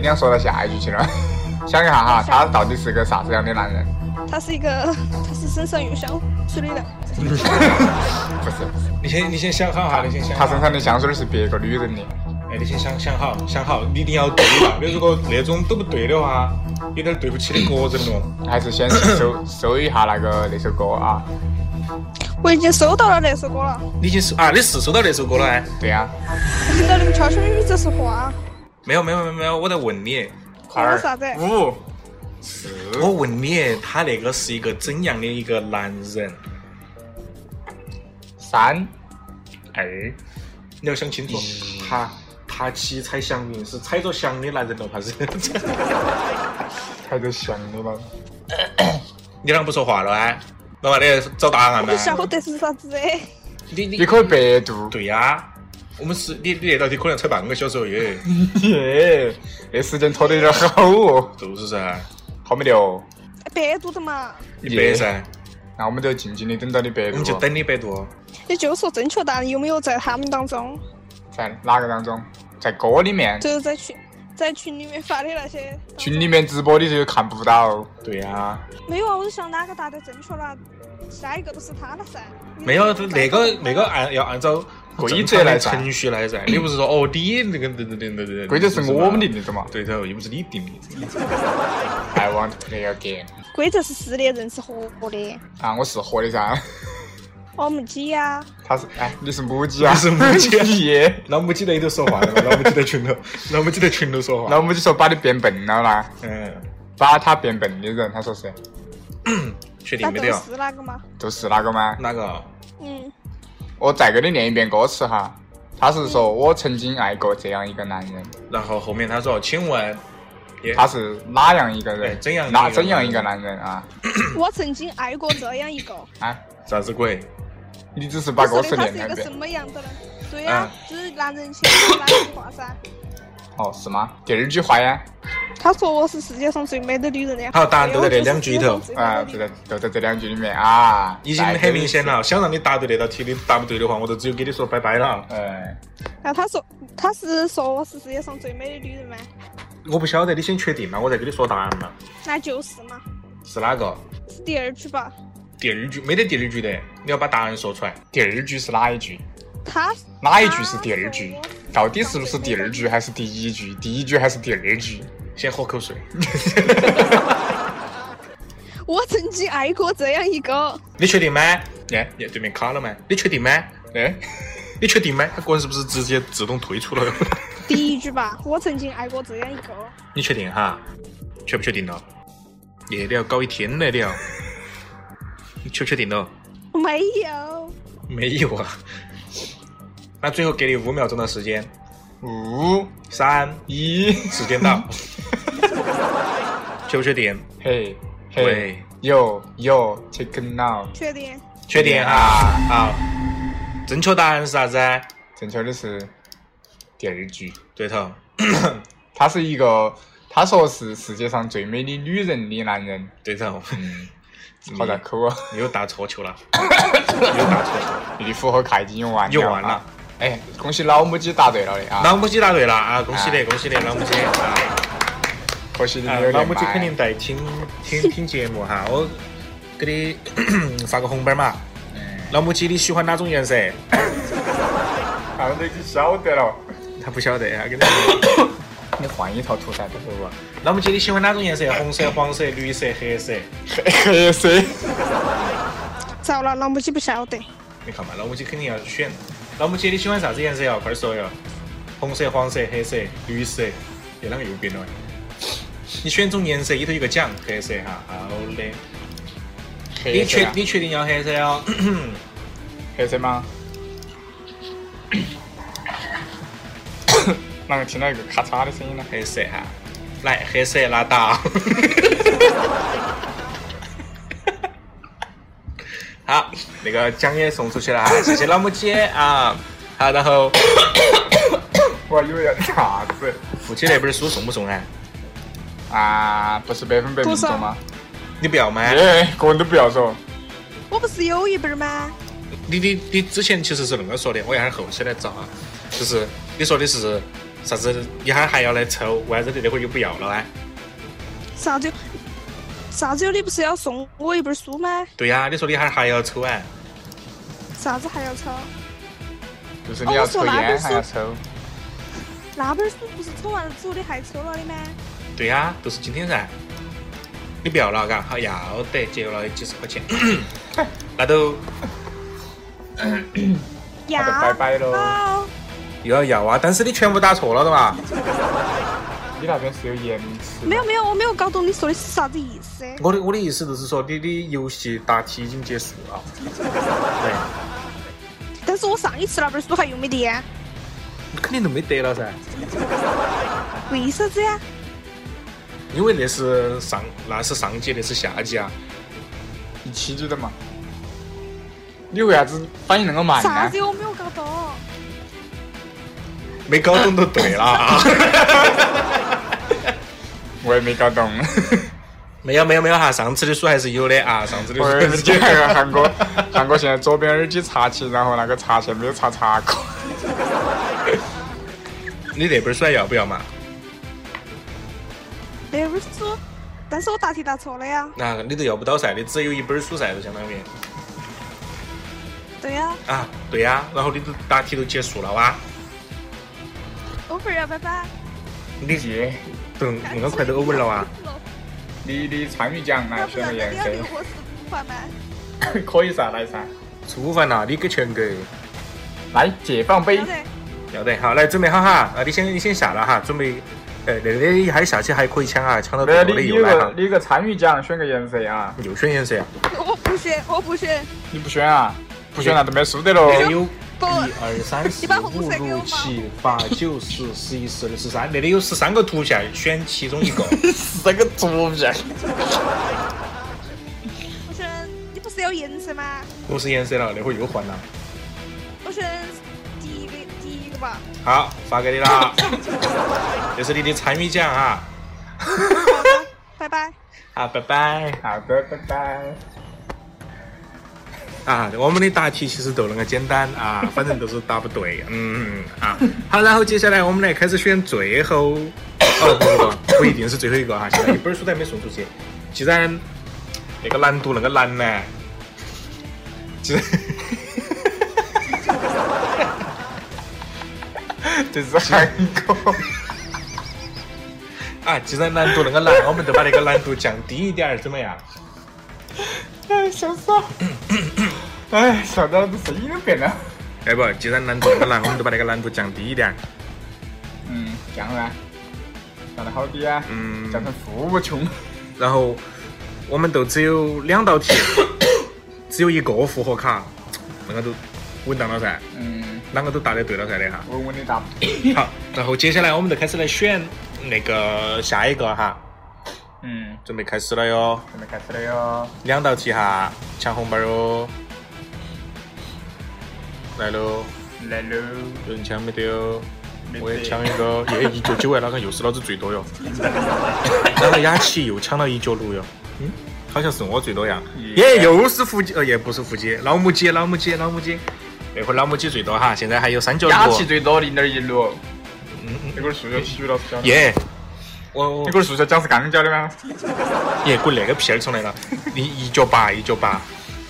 [SPEAKER 3] 你要说到下一句去了。 [LAUGHS] 想一下哈，他到底是个啥子样的男人？
[SPEAKER 12] 他是一个，他是身上有香水的人。
[SPEAKER 3] 不是，
[SPEAKER 1] 你先你先想好哈，你先想
[SPEAKER 3] 他
[SPEAKER 1] 好。
[SPEAKER 3] 身上的香水是别个女人的。
[SPEAKER 1] 哎，你先想想好，想好，你一定要对吧？你如果那种都不对的话，有点对不起你个人哦。
[SPEAKER 3] 还是先搜搜一下那个那首歌啊。
[SPEAKER 12] 我已经收到了那首歌了，
[SPEAKER 1] 你已经是啊，你是收到那首歌了哎？
[SPEAKER 3] 对啊呀、
[SPEAKER 12] 我听到你们悄悄语在说话。
[SPEAKER 1] 没有没有没有没有，我在问你，
[SPEAKER 12] 二啥子
[SPEAKER 1] 嗯
[SPEAKER 3] 五，
[SPEAKER 1] 我问你，他那个是一个怎样的一个男人？
[SPEAKER 3] 三
[SPEAKER 1] 二，你要想清楚，他他七彩祥云是踩着祥的男人了，还是？
[SPEAKER 3] 太多想的了。
[SPEAKER 1] [LAUGHS] 你啷不说话了哎？老板，你找答案啊
[SPEAKER 12] 我
[SPEAKER 1] 嘛
[SPEAKER 12] 不？晓得是啥子 [LAUGHS] 哎。
[SPEAKER 1] 你你
[SPEAKER 3] 你可以百度。
[SPEAKER 1] 对呀、我们是你你那道题可能才半个小时哦
[SPEAKER 12] [LAUGHS]
[SPEAKER 1] 耶，
[SPEAKER 3] [LAUGHS] 耶，那时间拖得有点好哦。
[SPEAKER 1] 就是噻，
[SPEAKER 3] 好没得哦。
[SPEAKER 12] 百度的嘛，
[SPEAKER 1] 一百噻，
[SPEAKER 3] 那我们就静静的等到你百
[SPEAKER 1] 我
[SPEAKER 3] 度哦
[SPEAKER 1] 们。就等你百度。
[SPEAKER 12] 也就是说正确答案有没有在他们当中，
[SPEAKER 3] 在哪个当中？在歌里面，
[SPEAKER 12] 就是在群在群里面发的那些。
[SPEAKER 3] 群里面直播你就看不到。
[SPEAKER 1] 对呀、
[SPEAKER 12] 没有啊，我就想哪个答的正确了，下一个都是他了噻。
[SPEAKER 1] 没有那个那个按要按照
[SPEAKER 3] 规则来
[SPEAKER 1] 正常的程序来噻，你不是说哦你那个那个那个那个
[SPEAKER 3] 规则是我们定的嘛？
[SPEAKER 1] 对头，又不是你定的。
[SPEAKER 3] I want to play a game。
[SPEAKER 12] 规则是私的，人是活的。
[SPEAKER 3] 啊，我是活的噻。
[SPEAKER 12] 我母鸡呀，
[SPEAKER 3] 他是哎，你是母鸡
[SPEAKER 1] [LAUGHS]
[SPEAKER 3] 啊？
[SPEAKER 1] 你是母鸡
[SPEAKER 3] [LAUGHS] 耶！
[SPEAKER 1] 老母鸡在里头说话 [LAUGHS] 了嘛，老母鸡在群头，老母鸡在群头说话。
[SPEAKER 3] 老母鸡说把你变笨了啦，
[SPEAKER 1] 嗯，
[SPEAKER 3] 把他变笨的人，他说是，
[SPEAKER 1] 确
[SPEAKER 12] 那
[SPEAKER 1] 定没
[SPEAKER 12] 都
[SPEAKER 1] 得哦？
[SPEAKER 12] 是那个嘛。
[SPEAKER 3] 就是那个吗？
[SPEAKER 1] 哪个？
[SPEAKER 12] 嗯，
[SPEAKER 3] 我再给你念一遍歌词哈，他是说我曾经爱过这样一个男人，
[SPEAKER 1] 然后后面他说，哦请问，耶
[SPEAKER 3] 他是哪样一个
[SPEAKER 1] 哎
[SPEAKER 3] 人？
[SPEAKER 1] 怎样一个
[SPEAKER 3] 哪
[SPEAKER 1] 人
[SPEAKER 3] 怎样一个男人啊？
[SPEAKER 12] [CLEARS THROAT] 我曾经爱过这样一个，
[SPEAKER 3] 啊，
[SPEAKER 1] 啥子鬼？
[SPEAKER 3] 你只是把
[SPEAKER 12] 我
[SPEAKER 3] 歌
[SPEAKER 12] 说
[SPEAKER 3] 词
[SPEAKER 12] 的他是
[SPEAKER 3] 念
[SPEAKER 12] 一
[SPEAKER 3] 两
[SPEAKER 12] 个什
[SPEAKER 3] 遍。
[SPEAKER 12] 么样的人？对呀、
[SPEAKER 1] 啊
[SPEAKER 12] 就是男人先说那句话噻。
[SPEAKER 3] 哦，是吗？第二句话呀？
[SPEAKER 12] 他说我是世界上最美的女人呀。哎
[SPEAKER 1] 好答案都在这两句里头
[SPEAKER 3] 啊，就在就在这两句里面啊，
[SPEAKER 1] 已经
[SPEAKER 3] 来
[SPEAKER 1] 很明显。了，想让你答对那道题，你答不对的话，我就只有给你说拜拜了。
[SPEAKER 3] 哎，
[SPEAKER 12] 然后他说他是说我是世界上最美的女人吗？
[SPEAKER 1] 我不晓得，你先确定嘛，我再给你说答案嘛。
[SPEAKER 12] 那就是嘛，
[SPEAKER 1] 是哪个？
[SPEAKER 12] 是第二句吧。
[SPEAKER 1] 第二句没得第二句的，你要把答案说出来。
[SPEAKER 3] 第二句是哪一句？
[SPEAKER 12] 他
[SPEAKER 3] 哪一句是第二句？到底是不是第二句还是第一句？第一句还是第二句？
[SPEAKER 1] 先喝口水。
[SPEAKER 12] 我曾经爱过这样一个，
[SPEAKER 1] [LAUGHS] 你确定吗？哎，你对面卡了吗？你确定吗？哎， [LAUGHS] 你确定吗？他个人是不是直接自动退出了？
[SPEAKER 12] 第一句吧，我曾经爱过这样一个。
[SPEAKER 1] [LAUGHS] 你确定哈？确不确定了？你都要搞一天了，你要。 [LAUGHS] 你确不确定了？
[SPEAKER 12] 没有，
[SPEAKER 1] 没有啊。那最后给你五秒钟的时间，五、三、一，时间到。 [LAUGHS] 确不确定？
[SPEAKER 3] 嘿，
[SPEAKER 1] 喂
[SPEAKER 3] 嘿，有有，take now，
[SPEAKER 12] 确定？
[SPEAKER 1] 确定哈？好，正确答案是啥子？
[SPEAKER 3] 正确的是第二句，
[SPEAKER 1] 对头。
[SPEAKER 3] 他是一个，他说是世界上最美的女人的男人，嗯
[SPEAKER 1] 对头。 [LAUGHS]
[SPEAKER 3] 好绕口啊！
[SPEAKER 1] 你又打错球了，
[SPEAKER 3] [LAUGHS] 你的复合铠已经用完了，啊
[SPEAKER 1] 用完了。
[SPEAKER 3] 哎，恭喜老母鸡答对了的啊！
[SPEAKER 1] 老母鸡答对了啊！恭喜你，恭喜你，老母鸡啊！
[SPEAKER 3] 可惜你
[SPEAKER 1] 啊
[SPEAKER 3] 没有，
[SPEAKER 1] 老
[SPEAKER 3] 连
[SPEAKER 1] 母鸡
[SPEAKER 3] 麦
[SPEAKER 1] 肯定在听 [LAUGHS] 听听节目哈，我给你 [COUGHS] 发个红包嘛。老母鸡，你喜欢哪种颜色？
[SPEAKER 3] 他们都已经晓得了。
[SPEAKER 1] 他不晓得，啊他跟你说。
[SPEAKER 3] 你换一套图噻，不不
[SPEAKER 1] [LAUGHS]
[SPEAKER 3] 不，
[SPEAKER 1] [COUGHS] 老母鸡，你喜欢哪种颜色？红色、黄色、绿色、黑色。
[SPEAKER 3] 黑色。
[SPEAKER 12] 糟了，老母鸡不晓得。
[SPEAKER 1] 你看嘛，老母鸡肯定要选。老母鸡，你喜欢啥子颜色哟？快点说哟！红色、黄色、黑色、绿色。有啷个又变了？你选中颜色，里头有个奖，黑色哈。好的。你
[SPEAKER 3] 啊
[SPEAKER 1] 确你确定要黑色哦？
[SPEAKER 3] 黑色 [COUGHS] 吗？啷个听到一个咔嚓的声音呢？
[SPEAKER 1] 黑色哈， [COUGHS] 来黑色拉倒。 [LAUGHS] 好，那个奖也送出去了，谢谢老母鸡啊。好，然后
[SPEAKER 3] 我还以为要啥子
[SPEAKER 1] 父亲那本书送不送啊？
[SPEAKER 3] 啊？不是百分百
[SPEAKER 12] 不
[SPEAKER 3] 命
[SPEAKER 12] 是
[SPEAKER 3] 中吗？
[SPEAKER 1] 你不要吗？
[SPEAKER 3] 耶，个人都不要说。
[SPEAKER 12] 我不是有一本吗？
[SPEAKER 1] 你你你之前其实是恁个说的，我一会儿后期来找啊，就是你说的是啥子？一会儿还要来抽，为啥子你那会儿就不要了啊？
[SPEAKER 12] 啥子？啥子？你不是要送我一本书吗？
[SPEAKER 1] 对呀、你说你一会儿还要抽啊？
[SPEAKER 12] 啥子还要抽？
[SPEAKER 3] 就是
[SPEAKER 12] 你
[SPEAKER 3] 你
[SPEAKER 12] 要
[SPEAKER 3] 要
[SPEAKER 12] 抽
[SPEAKER 3] 抽
[SPEAKER 12] 烟
[SPEAKER 3] 烟
[SPEAKER 12] 还
[SPEAKER 3] 还
[SPEAKER 12] 要
[SPEAKER 3] 要抽，
[SPEAKER 12] 那本书不是抽完了之后你还抽了的吗？
[SPEAKER 1] 对呀、就是今天噻。你不要了，嘎，好要得，节约了几十块钱。 [CLEARS THROAT] 那都
[SPEAKER 12] 要
[SPEAKER 3] 就拜拜喽。
[SPEAKER 12] 哦，
[SPEAKER 1] 又要要啊，但是你全部打错了的嘛。
[SPEAKER 3] 你那边是有盐吃？
[SPEAKER 12] 没有没有，我没有搞懂你说的是啥子意思。
[SPEAKER 1] 我的我的意思就是说，你的游戏答题已经结束了。对，
[SPEAKER 12] 但是我上一次那本书还用没得，啊呀？
[SPEAKER 1] 你肯定都没得了噻，
[SPEAKER 12] 为啥子呀？啊
[SPEAKER 1] 因为那是上那是上级，那是下级啊。
[SPEAKER 3] 一起煮的嘛。你为啥子反应那么慢
[SPEAKER 12] 啥
[SPEAKER 3] 呢
[SPEAKER 12] 子？我没有搞懂。
[SPEAKER 1] 没搞懂都对了啊。
[SPEAKER 3] 我也没搞 [LAUGHS] 懂。
[SPEAKER 1] 没有没有没有哈，上次的书还是有的啊，上次的
[SPEAKER 3] 我
[SPEAKER 1] 书
[SPEAKER 3] 耳机那个韩哥，韩哥现在左边耳机插起，然后那个插线没有插插过。 [LAUGHS]
[SPEAKER 1] 你那本书还要不要嘛？
[SPEAKER 12] 那本书，但是我答题答错了呀。
[SPEAKER 1] 那、你都要不到噻，你只有一本书噻，就相当于
[SPEAKER 12] 对呀、
[SPEAKER 1] 啊，对呀、然后你都答题都结束了哇、
[SPEAKER 12] 我不要拜拜。
[SPEAKER 1] 你
[SPEAKER 3] 姐，
[SPEAKER 1] 等那个快都 over 了啊哇、
[SPEAKER 3] 你的参与奖来
[SPEAKER 12] 要不
[SPEAKER 3] 选
[SPEAKER 12] 然
[SPEAKER 3] 个
[SPEAKER 12] 你啊
[SPEAKER 3] 颜
[SPEAKER 12] 要
[SPEAKER 3] [LAUGHS]
[SPEAKER 12] 留
[SPEAKER 3] 色，
[SPEAKER 12] 我是不换吗？
[SPEAKER 3] 可以噻，来噻，
[SPEAKER 1] 吃午饭了，你给全给。
[SPEAKER 3] 来解放碑
[SPEAKER 12] 要。得。
[SPEAKER 1] 要得，好，来准备好哈，啊，你先你先下了哈，准备，呃，那个一还下去还可以抢啊，抢到
[SPEAKER 3] 没有，
[SPEAKER 1] 最后的
[SPEAKER 3] 你你
[SPEAKER 1] 又
[SPEAKER 3] 有
[SPEAKER 1] 来
[SPEAKER 3] 个
[SPEAKER 1] 哈，
[SPEAKER 3] 你有个参与奖，选个颜色啊！
[SPEAKER 1] 又选颜色，
[SPEAKER 12] 我不选，我不选。
[SPEAKER 3] 你不选啊？不选那都没输的喽。
[SPEAKER 1] 有
[SPEAKER 12] 不，
[SPEAKER 1] 一二三四
[SPEAKER 12] 你把
[SPEAKER 1] 五
[SPEAKER 12] 红色给我
[SPEAKER 1] 六
[SPEAKER 12] 嘛
[SPEAKER 1] 七八九十十一十二十三，那里有十三个图像，选其中一个。
[SPEAKER 3] 这个图片，
[SPEAKER 12] 我选。你不是有颜色吗？
[SPEAKER 1] 不是颜色了，那会儿又换了。
[SPEAKER 12] 我选第一个，第一个吧。
[SPEAKER 1] 好，发给你 [LAUGHS] 啦，这是你的参与奖啊，
[SPEAKER 12] 拜拜。
[SPEAKER 1] 啊，拜拜。
[SPEAKER 3] 好的，拜拜。
[SPEAKER 1] 啊，我们的答题其实都那个简单 [LAUGHS] 啊，反正都是答不对，嗯啊。好，然后接下来我们来开始选最后，哦不不不，不一定是最后一个哈、现在一本书都还没送出去。既然那个难度那个难呢，既然
[SPEAKER 3] 就是韩 [LAUGHS] 国。
[SPEAKER 1] [LAUGHS] 啊，既然难度那个难，我们就把那个难度降低一点儿，怎么样？
[SPEAKER 3] 哎，笑死了！ [COUGHS] 哎，想到这声音都变了。
[SPEAKER 1] 要哎不，既然难度那么难，我们就把那个难度降低一点。
[SPEAKER 3] 嗯，这样啊，讲得好低啊，
[SPEAKER 1] 嗯，
[SPEAKER 3] 讲成负无穷。
[SPEAKER 1] 然后我们都只有两道题， [COUGHS] 只有一个复活卡，那个都稳当了噻，
[SPEAKER 3] 嗯，
[SPEAKER 1] 啷个都答得对了噻的哈。
[SPEAKER 3] 稳稳的答。
[SPEAKER 1] 好，然后接下来我们就开始来选那个下一个哈，
[SPEAKER 3] 嗯，
[SPEAKER 1] 准备开始了哟，
[SPEAKER 3] 准备开始了哟。
[SPEAKER 1] 两道题哈，抢红包哟，来喽，
[SPEAKER 3] 来喽，
[SPEAKER 1] 有人抢没得哟？
[SPEAKER 3] 没得
[SPEAKER 1] 我也抢一个，耶，一角九万，哪个又是老子最
[SPEAKER 3] [LAUGHS]
[SPEAKER 1] 多哟？然后雅琪又抢了一角六哟，嗯，好像是我最多呀，耶，又是腹肌，呃，也不是腹肌，老母鸡，老母鸡，老母鸡，那会儿老母鸡最多哈，现在还有三角哦
[SPEAKER 3] 雅
[SPEAKER 1] 六
[SPEAKER 3] 琪。最多零点一六。
[SPEAKER 1] 嗯嗯，
[SPEAKER 3] 这个数学体育老师教的。
[SPEAKER 1] 耶，我我
[SPEAKER 3] 这个数学讲是刚教的吗？
[SPEAKER 1] 耶，滚那个屁儿从来了！你一角八，一角八，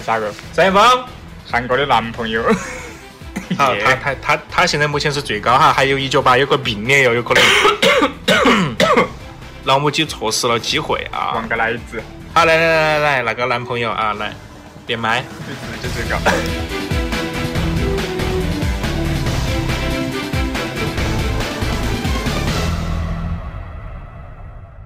[SPEAKER 3] 啥个？
[SPEAKER 1] 张一
[SPEAKER 3] [LAUGHS]
[SPEAKER 1] 芳，
[SPEAKER 3] 韩国的男朋友。
[SPEAKER 1] 好，他他他他现在目前是最高哈，还有一角八，有个并联哟，有可能。
[SPEAKER 3] [LAUGHS]
[SPEAKER 1] 老母鸡错失了机会啊！
[SPEAKER 3] 王个奶子，
[SPEAKER 1] 好，来来来来，那个男朋友啊，来连麦，
[SPEAKER 3] 这是最高。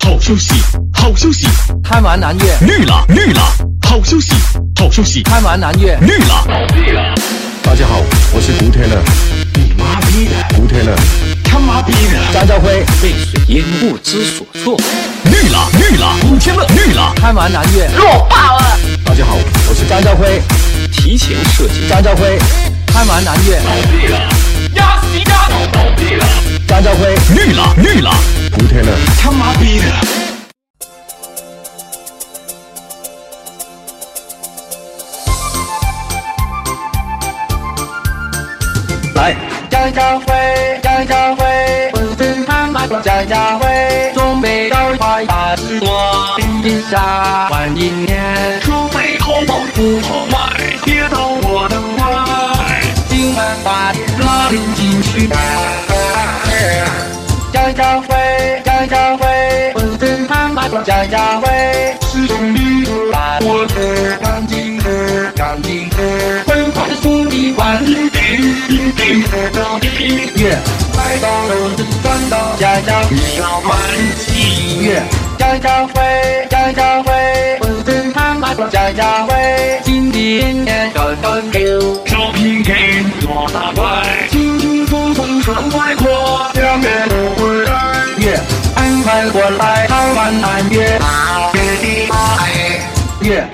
[SPEAKER 15] 好休息，好休息。贪玩蓝月绿了，绿了。好休息，好休息。贪玩蓝月绿了，倒闭了。
[SPEAKER 8] 大家好，我是古天乐。你妈逼的，古天乐，他妈逼的，张家辉被水淹不知所措。
[SPEAKER 15] 绿了，绿了。古天乐绿了。贪玩蓝月弱爆了。
[SPEAKER 8] 大家好，我是张家辉，提前设计。张家辉，
[SPEAKER 15] 贪玩蓝月倒闭了。压死压倒倒闭了。
[SPEAKER 8] 张家辉
[SPEAKER 15] 绿了，绿了。
[SPEAKER 8] 古天乐，他妈逼的。
[SPEAKER 15] 来。
[SPEAKER 10] 家家辉，家家辉，浑身他妈光，家家辉，中北高花大西瓜，冰冰下换一年，
[SPEAKER 15] 车费淘宝不好卖，别到我的外。
[SPEAKER 10] 今晚把你拉进进去。家家辉，家家辉，浑身他妈光，家家辉，是兄弟的把我的干净的，干净的，辉煌的兄弟玩一顶，一顶的到底。来到了这山道，家家你要满心悦。家家辉，家家辉，浑身他妈光，家家辉，今天年高高高。
[SPEAKER 15] 招聘给我大怪，
[SPEAKER 10] 轻轻松松爽快活，两边都会来。耶，安排过来，台湾南边，啊，别的爱。耶，